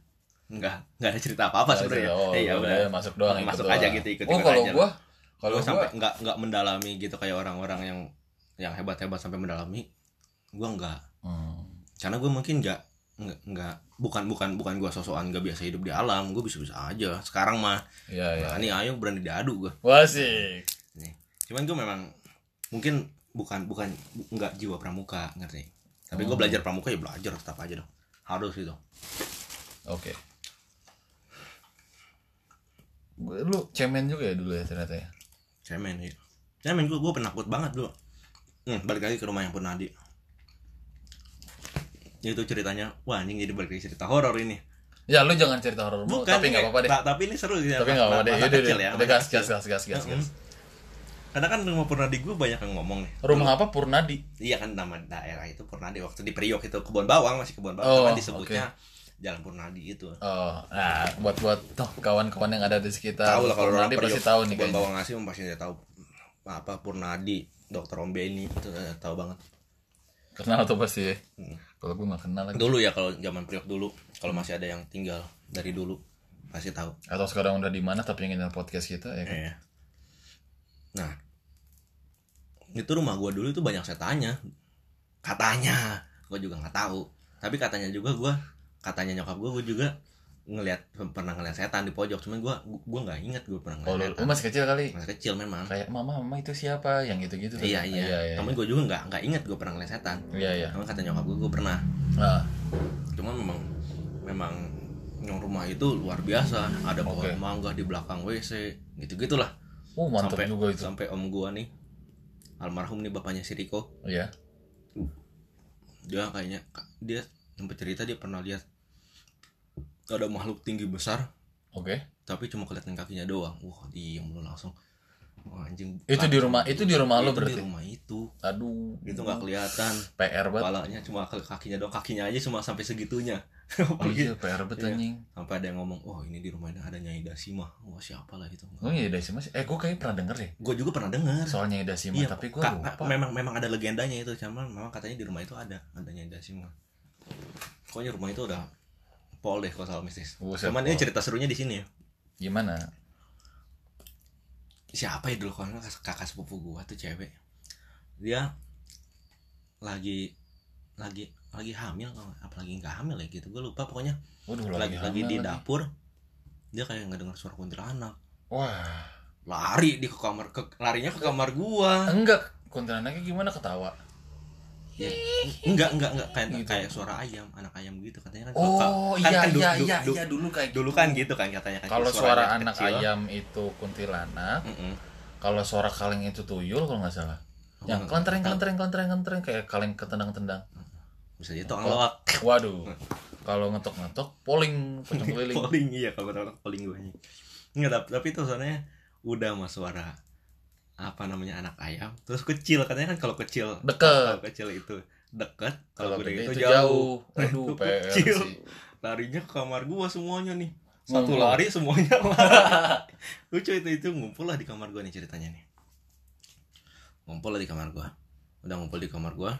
Speaker 2: Enggak, enggak ada cerita apa-apa sebenarnya.
Speaker 1: Oh,
Speaker 2: Eh, ya udah.
Speaker 1: masuk doang
Speaker 2: Masuk
Speaker 1: ikut
Speaker 2: aja
Speaker 1: doang.
Speaker 2: gitu, ikut
Speaker 1: Oh,
Speaker 2: ikut
Speaker 1: kalau
Speaker 2: aja.
Speaker 1: gua kalau
Speaker 2: Kalau
Speaker 1: gua
Speaker 2: sampai enggak enggak mendalami gitu kayak orang-orang yang yang hebat-hebat sampai mendalami, gua enggak.
Speaker 1: Hmm.
Speaker 2: Karena gua mungkin enggak enggak enggak bukan bukan bukan gua sosokan enggak biasa hidup di alam, gua bisa-bisa aja. Sekarang mah
Speaker 1: Iya, iya.
Speaker 2: nah, ini ayo berani diadu gua.
Speaker 1: Wah, sih.
Speaker 2: Cuman gua memang mungkin bukan bukan bu- enggak jiwa pramuka, ngerti? Tapi
Speaker 1: Oh.
Speaker 2: gua belajar pramuka ya belajar tetap aja dong. Harus gitu.
Speaker 1: Oke. Gua- Lu cemen juga ya dulu ya ternyata ya.
Speaker 2: Cemen iya. Cemen gue, gue penakut banget dulu hmm, Balik lagi ke rumah yang pernah di Itu ceritanya Wah anjing jadi balik lagi cerita horor ini
Speaker 1: Ya lu jangan cerita horor mulu, tapi
Speaker 2: ini-
Speaker 1: nggak apa-apa deh.
Speaker 2: ta- Tapi ini seru sih
Speaker 1: Tapi nggak apa-apa deh.
Speaker 2: Masa
Speaker 1: Yaudah,
Speaker 2: kecil
Speaker 1: udah,
Speaker 2: ya
Speaker 1: udah
Speaker 2: masa
Speaker 1: gas,
Speaker 2: kecil.
Speaker 1: gas, gas, gas, gas,
Speaker 2: Mm-mm.
Speaker 1: gas.
Speaker 2: Karena kan rumah Purnadi gue banyak yang ngomong nih
Speaker 1: Rumah apa Purnadi?
Speaker 2: Iya kan nama daerah itu Purnadi Waktu di Priok itu Kebon Bawang Masih Kebon Bawang
Speaker 1: Oh,
Speaker 2: Cuman disebutnya Jalan Purnadi itu
Speaker 1: Oh, nah buat buat tuh kawan-kawan yang ada di sekitar
Speaker 2: Tahu lah kalau orang
Speaker 1: Purnadi pasti tahu nih
Speaker 2: Kebon
Speaker 1: kayaknya.
Speaker 2: Bawang Asih pasti dia tahu apa Purnadi Dokter Om Beni itu eh, tahu banget
Speaker 1: Kenal tuh pasti. ya.
Speaker 2: Hmm.
Speaker 1: Kalau gue nggak kenal lagi.
Speaker 2: dulu ya kalau zaman priok dulu kalau masih ada yang tinggal dari dulu pasti tahu
Speaker 1: Atau sekarang udah di mana tapi ingin podcast kita ya. kan?
Speaker 2: Iya. nah itu rumah gua dulu itu banyak setannya katanya gua juga nggak tahu tapi katanya juga gua katanya nyokap gua gua juga ngelihat pernah ngelihat setan di pojok cuman gua gua nggak inget gua pernah
Speaker 1: Oh, lu,
Speaker 2: ngelihat
Speaker 1: lu masih kecil kali.
Speaker 2: masih kecil memang
Speaker 1: Kayak mama, mama itu siapa? Yang gitu-gitu. kan?
Speaker 2: iya iya,
Speaker 1: Iya, iya.
Speaker 2: tapi gua juga nggak nggak inget gua pernah ngelihat setan
Speaker 1: Iya, iya.
Speaker 2: Cuman kata nyokap gua gua pernah
Speaker 1: Ah,
Speaker 2: cuman memang memang yang rumah itu luar biasa ada pohon
Speaker 1: Oke.
Speaker 2: mangga di belakang wc gitu gitulah
Speaker 1: oh mantap
Speaker 2: sampai
Speaker 1: juga itu.
Speaker 2: sampai om gua nih almarhum nih bapaknya si Riko
Speaker 1: Iya.
Speaker 2: dia kayaknya dia sempat cerita dia pernah lihat ada makhluk tinggi besar
Speaker 1: Oke.
Speaker 2: tapi cuma kelihatan kakinya doang wah diem lu langsung Wah, anjing
Speaker 1: Itu di rumah- itu di rumah lu
Speaker 2: Itu
Speaker 1: berarti? Oh.
Speaker 2: di rumah itu
Speaker 1: Aduh.
Speaker 2: itu nggak kelihatan
Speaker 1: PR banget.
Speaker 2: kepalanya cuma ke- kakinya doang kakinya aja cuma sampai segitunya [LAUGHS]
Speaker 1: Oh, iya, PR banget
Speaker 2: Iya.
Speaker 1: anjing.
Speaker 2: sampai ada yang ngomong oh ini di rumah ini ada nyai dasimah wah siapa lah gitu
Speaker 1: Oh iya dari Mas. Eh, gue kayaknya pernah denger deh.
Speaker 2: gue juga pernah dengar
Speaker 1: Soalnya Ida Sima,
Speaker 2: Iya,
Speaker 1: tapi gue
Speaker 2: Ka-
Speaker 1: lupa.
Speaker 2: ka- memang memang ada legendanya itu cuman memang katanya di rumah itu ada ada nyai dasimah pokoknya rumah itu udah pol deh kalau soal mistis
Speaker 1: Buset,
Speaker 2: cuman ini
Speaker 1: Pol.
Speaker 2: cerita serunya di sini ya
Speaker 1: Gimana?
Speaker 2: siapa ya dulu kalau nggak salah kakak sepupu gua tuh cewek dia lagi lagi lagi hamil kalau nggak- apalagi nggak hamil ya gitu gue lupa pokoknya
Speaker 1: Waduh, lagi,
Speaker 2: lagi lagi
Speaker 1: hamil
Speaker 2: di
Speaker 1: lagi.
Speaker 2: dapur dia kayak nggak dengar suara kuntilanak
Speaker 1: Wah,
Speaker 2: lari di ke kamar ke larinya ke kamar gua
Speaker 1: enggak. Kuntilanaknya gimana ketawa?
Speaker 2: ya, enggak enggak enggak kayak
Speaker 1: Gitu.
Speaker 2: kayak suara ayam anak ayam gitu katanya kan
Speaker 1: Oh,
Speaker 2: kan-
Speaker 1: iya
Speaker 2: kan du-
Speaker 1: iya
Speaker 2: du-
Speaker 1: iya
Speaker 2: du-
Speaker 1: iya dulu kayak
Speaker 2: dulu kan gitu kan katanya kan
Speaker 1: Kalau suara anak
Speaker 2: kecil.
Speaker 1: ayam itu kuntilanak,
Speaker 2: Mm-mm.
Speaker 1: kalau suara kaleng itu tuyul kalau nggak salah. Yang
Speaker 2: Aku Oh, nggak
Speaker 1: kelentreng
Speaker 2: tahu.
Speaker 1: kelentreng kelentreng kelentreng kayak kaleng ketendang-tendang.
Speaker 2: bisa gitu, jadi tolong loak
Speaker 1: Waduh. Kalau ngetok-ngetok polling pocong
Speaker 2: [LAUGHS]
Speaker 1: keliling.
Speaker 2: polling iya kalau tolong polling gue nih enggak tapi, tapi itu soalnya udah mas suara apa namanya anak ayam terus kecil katanya kan kalau kecil
Speaker 1: Deket.
Speaker 2: kalau kecil itu deket
Speaker 1: Kalau
Speaker 2: kalau
Speaker 1: gede
Speaker 2: gede
Speaker 1: itu jauh. Waduh,
Speaker 2: [LAUGHS] Itu
Speaker 1: PR
Speaker 2: kecil.
Speaker 1: sih.
Speaker 2: larinya ke kamar gua semuanya nih
Speaker 1: Ngumpul.
Speaker 2: satu lari semuanya
Speaker 1: [LAUGHS]
Speaker 2: lari. lucu itu itu ngumpul lah di kamar gua nih ceritanya nih ngumpul lah di kamar gua udah ngumpul di kamar gua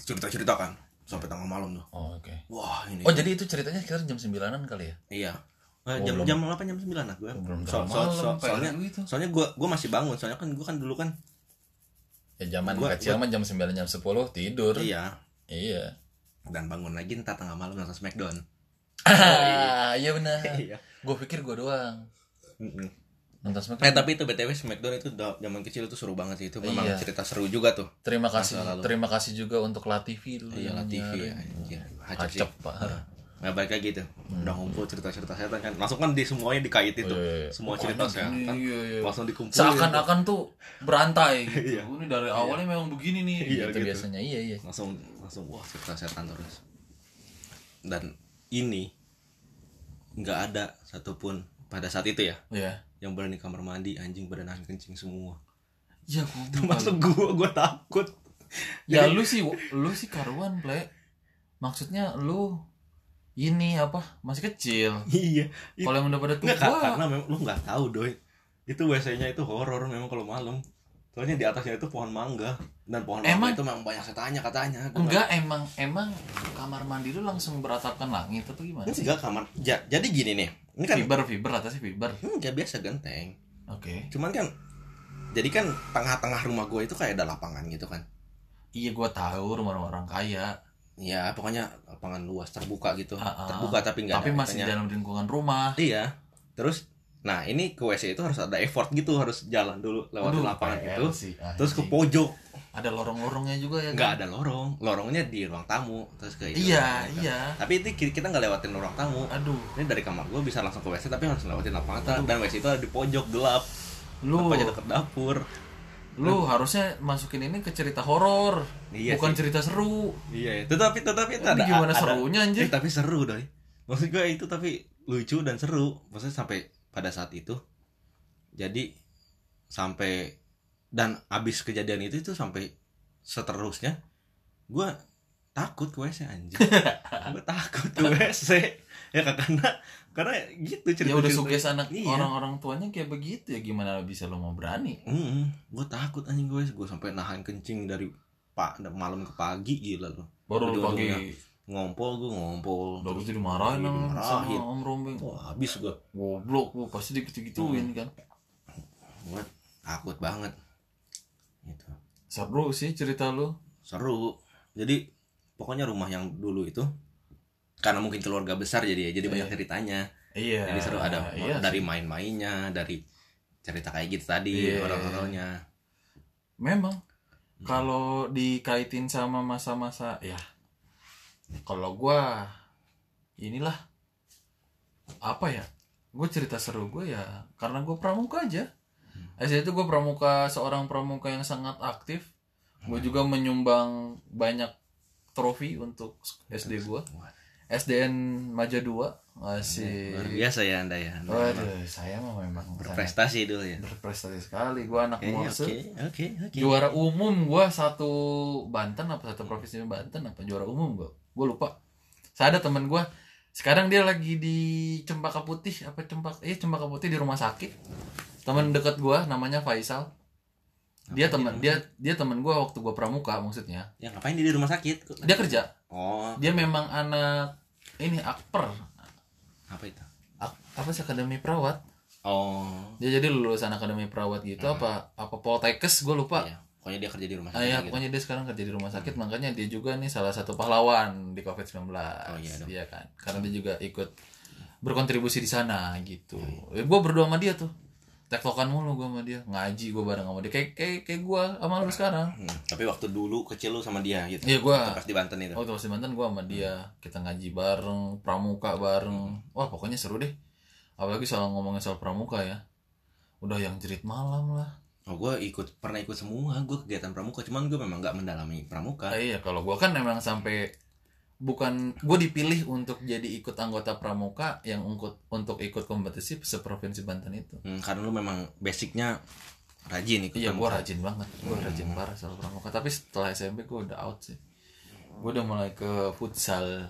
Speaker 2: cerita cerita kan sampai tengah malam tuh
Speaker 1: Oh, oke.
Speaker 2: wah ini
Speaker 1: Oh, jadi itu ceritanya sekitar jam 9-an kali ya?
Speaker 2: iya
Speaker 1: Oh,
Speaker 2: Eh, jam
Speaker 1: belum. Oh,
Speaker 2: jam delapan jam sembilan lah gua
Speaker 1: Belum
Speaker 2: Eh, So-
Speaker 1: terlalu
Speaker 2: so-
Speaker 1: malam,
Speaker 2: so-
Speaker 1: PR
Speaker 2: soalnya
Speaker 1: gitu.
Speaker 2: soalnya gua gua masih bangun soalnya kan gua kan dulu kan
Speaker 1: Ya zaman
Speaker 2: Gua-
Speaker 1: kecil mah jam 9 jam 10 tidur.
Speaker 2: iya [LAUGHS]
Speaker 1: Iya.
Speaker 2: dan bangun lagi ntar tengah malam nonton Smackdown
Speaker 1: Ah, [LAUGHS] iya benar.
Speaker 2: iya
Speaker 1: Gue pikir gue doang.
Speaker 2: Mm-mm.
Speaker 1: Nonton kan Smackdown.
Speaker 2: Eh tapi itu BTW Smackdown itu da- zaman kecil itu seru banget sih itu memang
Speaker 1: Iya.
Speaker 2: cerita seru juga tuh.
Speaker 1: terima kasih,
Speaker 2: masa lalu.
Speaker 1: terima kasih juga untuk Latifi dulu.
Speaker 2: Iya
Speaker 1: yang
Speaker 2: lah TV ya.
Speaker 1: nyari.
Speaker 2: anjir. Hacep sih.
Speaker 1: Acep, Pak. Iya,
Speaker 2: Nah, balik lagi tuh. Udah ngumpul cerita-cerita setan kan. Langsung kan di semuanya dikait itu.
Speaker 1: Hmm. Iya, iya.
Speaker 2: Semua
Speaker 1: Pokoknya
Speaker 2: cerita kan? setan.
Speaker 1: gini, iya, iya.
Speaker 2: Langsung dikumpulin.
Speaker 1: Seakan-akan tuh berantai gitu.
Speaker 2: [LAUGHS] Iya.
Speaker 1: Ini dari awalnya memang begini nih.
Speaker 2: Iya,
Speaker 1: gitu,
Speaker 2: gitu.
Speaker 1: biasanya. Iya, iya.
Speaker 2: langsung langsung wah cerita setan terus. Dan ini nggak ada satupun pada saat itu ya
Speaker 1: Iya.
Speaker 2: yang berani kamar mandi anjing pada nahan kencing semua [LAUGHS]
Speaker 1: Ya gua
Speaker 2: termasuk gua gua takut [LAUGHS]
Speaker 1: Ya lu sih lu sih karuan, Ple. Maksudnya lu ini apa? Masih kecil.
Speaker 2: iya Itu-
Speaker 1: Kalau yang udah pada tua,
Speaker 2: Nggak, kar- karena memang lu nggak tahu doi itu biasanya itu horor memang kalau malam soalnya di atasnya itu pohon mangga dan pohon
Speaker 1: Emang?
Speaker 2: mangga itu memang banyak setannya katanya Gua
Speaker 1: enggak emang emang kamar mandi lu langsung beratapkan langit atau gimana?
Speaker 2: nggak- ini juga kamar Ja- jadi gini nih ini kan
Speaker 1: Fiber, fiber atasnya fiber.
Speaker 2: nggak biasa genteng
Speaker 1: Oke.
Speaker 2: cuman kan jadi kan tengah-tengah rumah gue itu kayak ada lapangan gitu kan
Speaker 1: Iya gua tahu rumah orang kaya,
Speaker 2: ya pokoknya lapangan luas terbuka gitu
Speaker 1: Ah, ah.
Speaker 2: terbuka tapi nggak
Speaker 1: tapi
Speaker 2: ada
Speaker 1: masih
Speaker 2: katanya.
Speaker 1: dalam lingkungan rumah.
Speaker 2: iya terus nah ini ke WC itu harus ada effort gitu harus jalan dulu lewat
Speaker 1: Aduh,
Speaker 2: lapangan
Speaker 1: PL
Speaker 2: itu
Speaker 1: sih,
Speaker 2: terus ke
Speaker 1: anjing.
Speaker 2: pojok
Speaker 1: ada lorong-lorongnya juga ya
Speaker 2: nggak ada lorong lorongnya di ruang tamu terus ke itu. Nah,
Speaker 1: Iya,
Speaker 2: gitu.
Speaker 1: iya.
Speaker 2: tapi itu ki- kita nggak lewatin ruang tamu
Speaker 1: Aduh,
Speaker 2: ini dari kamar gue bisa langsung ke WC tapi harus lewatin lapangan dan WC itu ada di pojok gelap
Speaker 1: lu
Speaker 2: tempatnya deket dapur
Speaker 1: lu harusnya masukin ini ke cerita horor,
Speaker 2: Iya
Speaker 1: bukan cerita seru.
Speaker 2: iya tetapi tetapi itu
Speaker 1: Ini
Speaker 2: ada
Speaker 1: gimana
Speaker 2: ada-
Speaker 1: serunya, anjir?
Speaker 2: Ih, Eh, tapi seru doi maksud gue itu tapi lucu dan seru maksudnya sampai pada saat itu jadi sampai dan abis kejadian itu itu sampai seterusnya gue takut ke WC
Speaker 1: [LAUGHS]
Speaker 2: anjing gue takut ke WC ya karena karena gitu
Speaker 1: ya
Speaker 2: cerita
Speaker 1: udah suges anak
Speaker 2: Iya.
Speaker 1: orang-orang tuanya kayak begitu ya gimana bisa lu mau berani?
Speaker 2: gue takut anjing gue gue sampai nahan kencing dari pak malam ke pagi gila loh
Speaker 1: Baru lu
Speaker 2: Ujung-ujungnya.
Speaker 1: pagi
Speaker 2: ngompol gue ngompol
Speaker 1: udah gitu dimarahin sama-
Speaker 2: Iya, Dimarahin.
Speaker 1: sama Om Rombeng.
Speaker 2: Wah, habis gue
Speaker 1: Goblok lu pasti
Speaker 2: Hmm.
Speaker 1: digitu-gituin kan.
Speaker 2: gue takut banget gitu
Speaker 1: Seru sih cerita lu.
Speaker 2: seru jadi pokoknya rumah yang dulu itu karena mungkin keluarga besar jadi ya jadi
Speaker 1: Iya.
Speaker 2: banyak ceritanya
Speaker 1: Iya.
Speaker 2: jadi seru ada
Speaker 1: iya
Speaker 2: dari
Speaker 1: sih.
Speaker 2: main-mainnya dari cerita kayak gitu tadi
Speaker 1: Iya.
Speaker 2: orang-orangnya
Speaker 1: Memang
Speaker 2: Hmm.
Speaker 1: kalau dikaitin sama masa-masa ya kalau gua inilah apa ya gue cerita seru gue ya karena gue pramuka aja
Speaker 2: Hmm.
Speaker 1: SD itu gue pramuka seorang pramuka yang sangat aktif gue
Speaker 2: Hmm.
Speaker 1: juga menyumbang banyak trofi untuk SD gue SDN Maja 2 masih
Speaker 2: luar biasa ya anda ya Anda memang
Speaker 1: waduh saya mah memang sangat
Speaker 2: berprestasi dulu ya
Speaker 1: berprestasi sekali gue anak
Speaker 2: oke
Speaker 1: morse
Speaker 2: oke oke oke
Speaker 1: Juara umum gua satu Banten apa satu provinsi Banten apa juara umum gua. Gua lupa. Saya ada teman gua sekarang dia lagi di Cempaka Putih apa Cempaka eh Cempaka Putih di rumah sakit. Teman dekat gua namanya Faisal. Dia
Speaker 2: Apa
Speaker 1: teman dia dia teman gua waktu gua pramuka maksudnya.
Speaker 2: ya ngapain dia di rumah sakit Kok-
Speaker 1: Dia kerja.
Speaker 2: oh
Speaker 1: Dia memang anak ini akper.
Speaker 2: apa itu
Speaker 1: Ak- apa sih akademi perawat?
Speaker 2: oh
Speaker 1: Dia Ya, jadi lulusan akademi perawat gitu
Speaker 2: Hmm.
Speaker 1: apa apa Poltekkes gua lupa.
Speaker 2: ya pokoknya dia kerja di rumah
Speaker 1: Ah
Speaker 2: sakit
Speaker 1: ya,
Speaker 2: gitu. Hmm.
Speaker 1: pokoknya dia sekarang kerja di rumah sakit, makanya dia juga nih salah satu pahlawan di COVID-19.
Speaker 2: Oh, iya dong.
Speaker 1: Iya kan? Karena dia juga ikut berkontribusi di sana gitu.
Speaker 2: Iya,
Speaker 1: Eh, gua berdua sama dia tuh. Tektokan mulu gua sama dia, ngaji gua bareng sama dia. Kayak kayak, kayak gua sama lu sekarang.
Speaker 2: Hmm, tapi waktu dulu kecil lu sama dia gitu
Speaker 1: Iya, gua-
Speaker 2: Waktu pas di Banten itu ya. Hmm.
Speaker 1: Oh, terus di Banten gua sama dia, kita ngaji bareng, pramuka bareng.
Speaker 2: Hmm.
Speaker 1: Wah, pokoknya seru deh. Apalagi soal ngomongin soal pramuka ya. Udah yang jerit malam lah.
Speaker 2: Oh gue ikut pernah ikut semua gue kegiatan pramuka cuman gue memang nggak mendalami pramuka
Speaker 1: Ah, iya kalau gua kan memang sampai bukan gue dipilih untuk jadi ikut anggota pramuka yang untuk untuk ikut kompetisi seprovinsi Banten itu.
Speaker 2: Hmm, karena lu memang basicnya rajin ikut
Speaker 1: Iya
Speaker 2: pramuka. Hmm.
Speaker 1: gua rajin banget, gua rajin parah soal pramuka. Tapi setelah SMP gua udah out sih. Gua udah mulai ke futsal.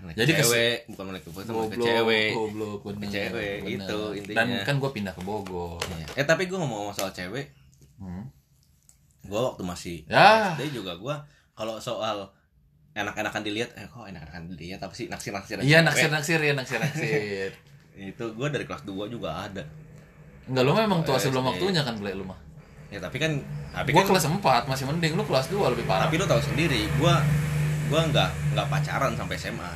Speaker 2: Mulai
Speaker 1: Jadi
Speaker 2: ke
Speaker 1: kes-
Speaker 2: cewek bukan mulai ke putus, mulai ke
Speaker 1: Goblok,
Speaker 2: cewek
Speaker 1: goblok, bener,
Speaker 2: cewek,
Speaker 1: bener.
Speaker 2: itu intinya.
Speaker 1: Dan kan gua pindah ke Bogor.
Speaker 2: Iya. eh tapi gue ngomong soal cewek
Speaker 1: Hmm.
Speaker 2: gue waktu masih
Speaker 1: Ya.
Speaker 2: SD juga gue kalau soal enak-enakan dilihat eh kok enak-enakan dilihat apa sih naksir-naksir
Speaker 1: Iya naksir naksir ya naksir naksir.
Speaker 2: itu gue dari kelas 2 juga ada
Speaker 1: Enggak lu memang tua sebelum
Speaker 2: SD.
Speaker 1: waktunya kan beli lu mah.
Speaker 2: ya tapi kan Eh, iya. tapi
Speaker 1: Gua
Speaker 2: kan-
Speaker 1: kelas 4 masih mending lu kelas 2 lebih parah.
Speaker 2: tapi lu tahu sendiri gue gue nggak nggak pacaran sampai SMA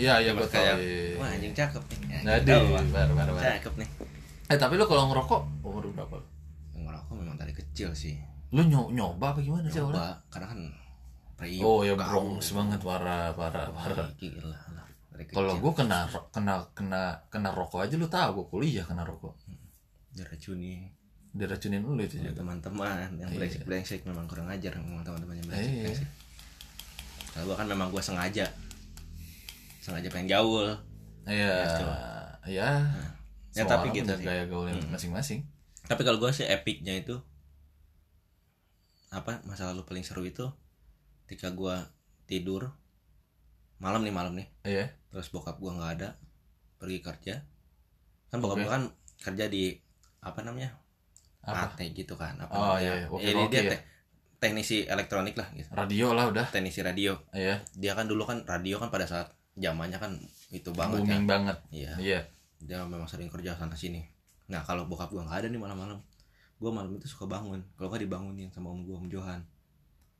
Speaker 1: Iya iya gua
Speaker 2: Terus
Speaker 1: tahu.
Speaker 2: kayak
Speaker 1: iya.
Speaker 2: wah anjing cakep Eh, gitu nih
Speaker 1: Nah,
Speaker 2: Anjing
Speaker 1: aduh,
Speaker 2: tahu, wah.
Speaker 1: baru, baru, baru.
Speaker 2: cakep nih
Speaker 1: Eh tapi lu kalau ngerokok umur berapa? lu?
Speaker 2: ngerokok memang dari kecil sih
Speaker 1: Lu nyo- nyoba apa gimana sih orang?
Speaker 2: coba karena kan priuk
Speaker 1: Iya, Oh ya
Speaker 2: kau.
Speaker 1: brongs banget parah parah parah.
Speaker 2: gila lah dari kecil
Speaker 1: Kalau gua kena ro- kena kena kena rokok aja lu tahu gua kuliah kena rokok.
Speaker 2: diracuni
Speaker 1: Diracunin lu itu
Speaker 2: oleh
Speaker 1: juga.
Speaker 2: teman-teman yang
Speaker 1: Iya.
Speaker 2: brengsek brengsek memang kurang ajar memang teman-teman yang brengsek
Speaker 1: Iya.
Speaker 2: brengsek kalau gua kan memang gua sengaja sengaja pengen gaul
Speaker 1: Iya.
Speaker 2: Gitu.
Speaker 1: Iya.
Speaker 2: Ya,
Speaker 1: Semua
Speaker 2: tapi
Speaker 1: orang
Speaker 2: gitu
Speaker 1: punya
Speaker 2: sih.
Speaker 1: gaya gaulnya
Speaker 2: Hmm.
Speaker 1: masing-masing.
Speaker 2: tapi kalau gue sih epicnya itu apa masa lalu paling seru itu ketika gue tidur malam nih malam nih
Speaker 1: Iya.
Speaker 2: terus bokap gue nggak ada pergi kerja kan bokap
Speaker 1: Oke.
Speaker 2: gue kan kerja di apa namanya
Speaker 1: Apa?
Speaker 2: Ate gitu kan apa
Speaker 1: Oh,
Speaker 2: namanya.
Speaker 1: iya, iya. Oke,
Speaker 2: Jadi
Speaker 1: oke,
Speaker 2: dia
Speaker 1: iya.
Speaker 2: te- teknisi elektronik lah gitu
Speaker 1: Radio lah udah.
Speaker 2: teknisi radio
Speaker 1: Iya.
Speaker 2: dia kan dulu kan radio kan pada saat zamannya kan itu banget kan
Speaker 1: Booming banget.
Speaker 2: iya
Speaker 1: Iya.
Speaker 2: dia memang sering kerja sana sini nah kalau bokap gua nggak ada nih malam-malam gua malam itu suka bangun kalau nggak dibangunin sama om gua om Johan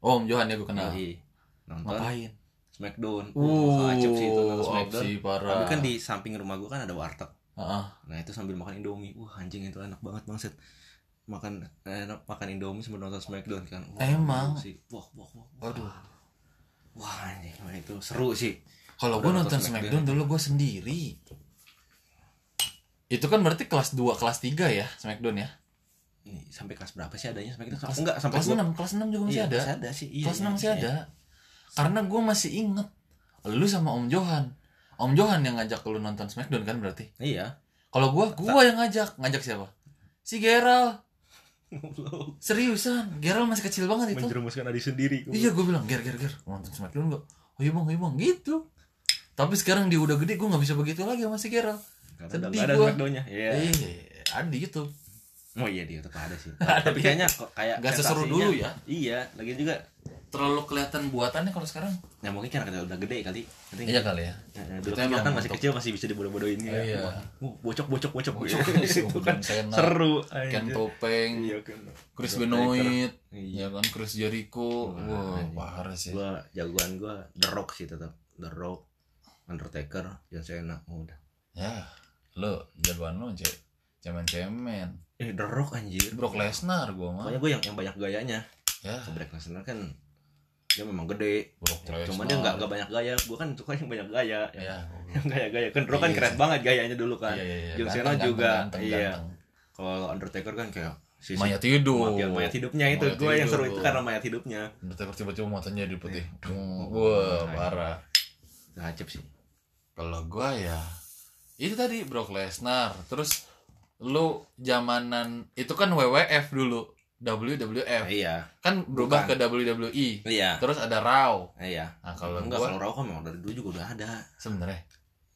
Speaker 1: Oh, Om Johan ya gue kenal.
Speaker 2: Yoi. nonton
Speaker 1: Ngapain?
Speaker 2: Smackdown
Speaker 1: Uh,
Speaker 2: acep sih itu nonton Smackdown
Speaker 1: opsi
Speaker 2: tapi
Speaker 1: parah.
Speaker 2: kan di samping rumah gua kan ada warteg
Speaker 1: Heeh.
Speaker 2: nah itu sambil makan indomie wah anjing itu enak banget bangset makan eh, enak makan indomie sambil nonton Smackdown kan wah,
Speaker 1: Emang.
Speaker 2: sih wah wah wah wah.
Speaker 1: Waduh.
Speaker 2: wah anjing wah, itu seru sih
Speaker 1: Kalau gue
Speaker 2: Udah nonton
Speaker 1: nonton
Speaker 2: Smackdown. ya.
Speaker 1: Smackdown dulu gue sendiri. Itu kan berarti kelas 2, kelas 3 ya Smackdown ya?
Speaker 2: Ini sampai kelas berapa sih adanya Smackdown
Speaker 1: Kelas,
Speaker 2: enggak sampai
Speaker 1: kelas
Speaker 2: gua-
Speaker 1: 6, kelas 6 juga masih
Speaker 2: Iya,
Speaker 1: ada.
Speaker 2: masih ada sih iya,
Speaker 1: kelas
Speaker 2: iya,
Speaker 1: 6 masih ada. Karena gue masih inget lu sama Om Johan. Om Johan yang ngajak lu nonton Smackdown kan berarti.
Speaker 2: iya
Speaker 1: Kalau gua, gua yang ngajak. Ngajak siapa? Si Geral. Seriusan, Geral masih kecil banget itu.
Speaker 2: menjerumuskan diri sendiri
Speaker 1: Iya, gua bilang, "Ger, ger, ger. Mau Nonton Smackdown enggak?" "Oh iya, Bang, oh iya, Bang." Gitu. Tapi sekarang dia udah gede, gua nggak bisa begitu lagi sama si Geral.
Speaker 2: karena
Speaker 1: Sedih
Speaker 2: udah nggak ada
Speaker 1: gua.
Speaker 2: Smackdownnya iya
Speaker 1: Eh, ada gitu. di YouTube.
Speaker 2: oh iya dia tetap ada
Speaker 1: [LAUGHS]
Speaker 2: sih tapi kayaknya kok kayak
Speaker 1: Nggak seseru
Speaker 2: sensasinya-
Speaker 1: dulu ya.
Speaker 2: iya lagi juga
Speaker 1: Terlalu kelihatan buatannya kalau sekarang.
Speaker 2: ya mungkin karena kita udah gede kali Ngerti nggak?
Speaker 1: Iya kali ya.
Speaker 2: Ya, ya,
Speaker 1: Kita
Speaker 2: dulu kan kita
Speaker 1: emang
Speaker 2: kan masih
Speaker 1: untuk-
Speaker 2: kecil masih bisa dibodoh-bodohin ya.
Speaker 1: Iya.
Speaker 2: Wah, bocok bocok bocok
Speaker 1: Bocok,
Speaker 2: Iya, [LAUGHS] itu kan
Speaker 1: Sena,
Speaker 2: seru.
Speaker 1: Ken
Speaker 2: anjir.
Speaker 1: Topeng,
Speaker 2: Iya kan.
Speaker 1: Chris
Speaker 2: Ken
Speaker 1: Benoit,
Speaker 2: Topeng. Iya.
Speaker 1: ya kan Chris Jericho.
Speaker 2: Wah,
Speaker 1: Wah,
Speaker 2: anjing.
Speaker 1: parah sih.
Speaker 2: Iya, Gua jagoan gua The Rock sih tetap. The Rock, Undertaker, John Cena, oh, udah.
Speaker 1: Ya, lo jagoan lo cek cemen-cemen.
Speaker 2: Eh The Rock anjir.
Speaker 1: Brock Lesnar gua mah.
Speaker 2: Pokoknya gua yang yang banyak gayanya.
Speaker 1: Ya,
Speaker 2: Kalau Brock Lesnar kan dia memang gede.
Speaker 1: Brock Lesnar.
Speaker 2: Cuman dia nggak Iya, nggak banyak gaya. Gua kan suka yang banyak gaya.
Speaker 1: Ya,
Speaker 2: Yang [LAUGHS] gaya-gaya kan The Rock kan
Speaker 1: Iya.
Speaker 2: keren banget gayanya dulu kan.
Speaker 1: iya, iya, iya.
Speaker 2: John Cena
Speaker 1: Ganteng,
Speaker 2: juga.
Speaker 1: ganteng,
Speaker 2: iya.
Speaker 1: ganteng.
Speaker 2: Kalau Undertaker kan kayak sisi
Speaker 1: Mayat hidup.
Speaker 2: kematian mayat hidupnya itu
Speaker 1: Mayat
Speaker 2: gue yang seru
Speaker 1: hidup.
Speaker 2: itu karena Iya. mayat hidupnya
Speaker 1: Undertaker tiba-tiba matanya jadi putih. Hmm,
Speaker 2: Parah.
Speaker 1: Wah, parah.
Speaker 2: ngacep sih
Speaker 1: Kalau gua ya itu tadi Brock Lesnar. Terus lu zamanan itu kan WWF dulu, WWF.
Speaker 2: iya
Speaker 1: Kan berubah
Speaker 2: Bukan.
Speaker 1: ke WWE.
Speaker 2: iya
Speaker 1: Terus ada Raw.
Speaker 2: iya
Speaker 1: Nah, kalau
Speaker 2: kalau enggak
Speaker 1: gua
Speaker 2: kalau Raw kan memang dari dulu juga udah ada
Speaker 1: sebenarnya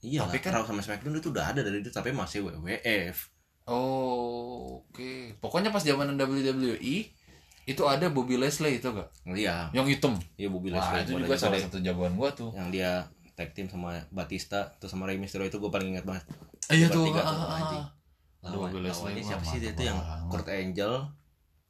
Speaker 2: iya
Speaker 1: Tapi
Speaker 2: tapi
Speaker 1: kan-
Speaker 2: Raw sama Smackdown itu udah ada dari dulu tapi masih WWF
Speaker 1: Oh, oke. Pokoknya pas zaman WWE E, itu ada Bobby Leslie itu gak?
Speaker 2: iya
Speaker 1: Yang hitam.
Speaker 2: iya Bobby
Speaker 1: Wah,
Speaker 2: Leslie
Speaker 1: itu
Speaker 2: gua
Speaker 1: juga
Speaker 2: ada
Speaker 1: salah
Speaker 2: deh.
Speaker 1: satu jagoan gua tuh.
Speaker 2: yang dia tag team sama Batista terus sama Rey Mysterio itu gue paling ingat banget
Speaker 1: Iya
Speaker 2: Bertiga
Speaker 1: tuh.
Speaker 2: tuh,
Speaker 1: ah, ah, ah.
Speaker 2: anjing.
Speaker 1: Aduh,
Speaker 2: Lawan-
Speaker 1: Bobby Leslie
Speaker 2: lawannya
Speaker 1: mah
Speaker 2: siapa sih dia
Speaker 1: mantap
Speaker 2: tuh yang
Speaker 1: banget.
Speaker 2: Kurt Angel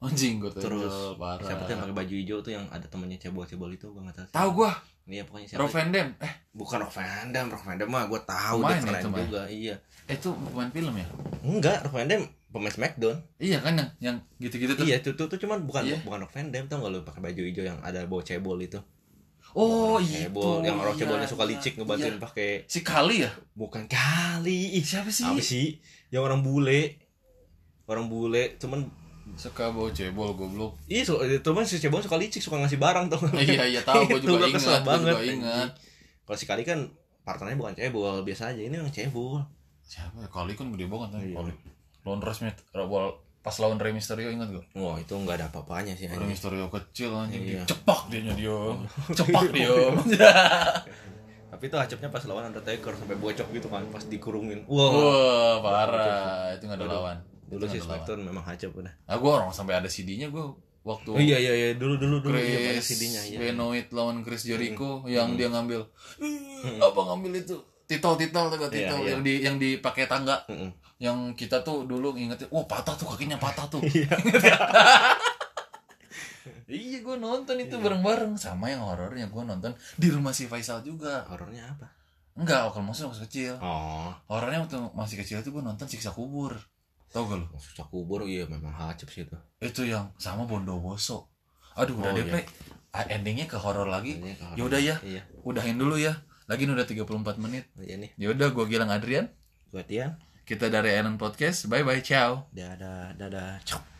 Speaker 1: Anjing gue tuh.
Speaker 2: terus
Speaker 1: Angel, parah.
Speaker 2: siapa tuh yang pakai baju hijau tuh yang ada temennya cebol-cebol itu gue nggak tahu sih.
Speaker 1: Tahu gua,
Speaker 2: iya pokoknya siapa
Speaker 1: Rob Van Dam. Eh,
Speaker 2: bukan Rock Van Dam Rock Van Dam mah gue tahu dia
Speaker 1: Pemain
Speaker 2: keren
Speaker 1: itu mah.
Speaker 2: juga iya
Speaker 1: itu pemain film ya?
Speaker 2: Enggak, Rock Van Dam pemain SmackDown.
Speaker 1: Iya kan yang yang gitu-gitu tuh.
Speaker 2: Iya, itu tuh, tuh cuman bukan
Speaker 1: Iya.
Speaker 2: bukan Rock Van Dam tau gak lu pakai baju hijau yang ada bawa cebol itu.
Speaker 1: Oh,
Speaker 2: Orang
Speaker 1: itu.
Speaker 2: Cebol yang orang
Speaker 1: iya,
Speaker 2: cebolnya suka
Speaker 1: iya,
Speaker 2: licik ngebantuin
Speaker 1: iya.
Speaker 2: pakai
Speaker 1: Si Kali ya?
Speaker 2: bukan kali. Ih,
Speaker 1: Siapa sih?
Speaker 2: Apa sih? Yang orang bule. Orang bule cuman
Speaker 1: Suka bawa cebol goblok.
Speaker 2: Iya, so, cuman si cebol suka licik, suka ngasih barang tuh.
Speaker 1: Iya, iya tahu gua
Speaker 2: [LAUGHS] Itu
Speaker 1: juga
Speaker 2: gua kesel
Speaker 1: ingat, gua
Speaker 2: banget,
Speaker 1: juga
Speaker 2: anjing.
Speaker 1: ingat.
Speaker 2: Kalau si kali kan partnernya bukan cebol, biasa aja. Ini yang cebol.
Speaker 1: Siapa ya? Kali kan gede banget kan.
Speaker 2: Iya.
Speaker 1: Kali. Lawan Resmith, pas lawan Rey Mysterio ingat gak?
Speaker 2: Wah, itu nggak ada apa-apanya sih.
Speaker 1: Rey
Speaker 2: anjing.
Speaker 1: Mysterio kecil anjing
Speaker 2: Iya. Oh.
Speaker 1: cepak dia dia. Cepak
Speaker 2: [LAUGHS]
Speaker 1: dia.
Speaker 2: Tapi itu acapnya pas lawan Undertaker sampai bocok gitu kan, pas dikurungin. Wah.
Speaker 1: Wah, parah. Itu enggak ada
Speaker 2: Aduh.
Speaker 1: lawan. Itu
Speaker 2: Dulu
Speaker 1: nggak
Speaker 2: sih
Speaker 1: ada lawan.
Speaker 2: SmackDown memang acap udah.
Speaker 1: Ah, gua orang sampai ada CD-nya gua waktu
Speaker 2: Oh iya iya iya dulu dulu dulu iya banyak
Speaker 1: Chris
Speaker 2: CD-nya iya. Hmm.
Speaker 1: Benoit lawan Chris Jericho yang dia ngambil apa ngambil itu titol titol tuh gak
Speaker 2: Iya,
Speaker 1: titol
Speaker 2: iya.
Speaker 1: yang di yang dipakai tangga
Speaker 2: Mm-mm.
Speaker 1: yang kita tuh dulu ingetnya wah patah tuh kakinya patah
Speaker 2: [LAUGHS]
Speaker 1: tuh [LAUGHS] iya gue nonton itu bareng bareng sama yang horornya gue nonton di rumah si Faisal juga
Speaker 2: Horornya Nah, apa?
Speaker 1: enggak kalau maksudnya waktu kecil
Speaker 2: Oh,
Speaker 1: horornya waktu masih kecil itu gue nonton siksa kubur tau gak lu
Speaker 2: susah kubur iya memang hacep sih itu.
Speaker 1: itu yang sama Bondowoso aduh udah
Speaker 2: Oh,
Speaker 1: deh
Speaker 2: iya.
Speaker 1: Pre. Ah, endingnya ke horor lagi
Speaker 2: Ini kalau-
Speaker 1: Yaudah ya.
Speaker 2: Iya.
Speaker 1: udahin dulu ya lagi udah 34 menit
Speaker 2: Iya nih.
Speaker 1: yaudah gue Gilang Adrian
Speaker 2: Buat Ian.
Speaker 1: kita dari Enon Podcast bye bye ciao
Speaker 2: Dadah dadah. Cok.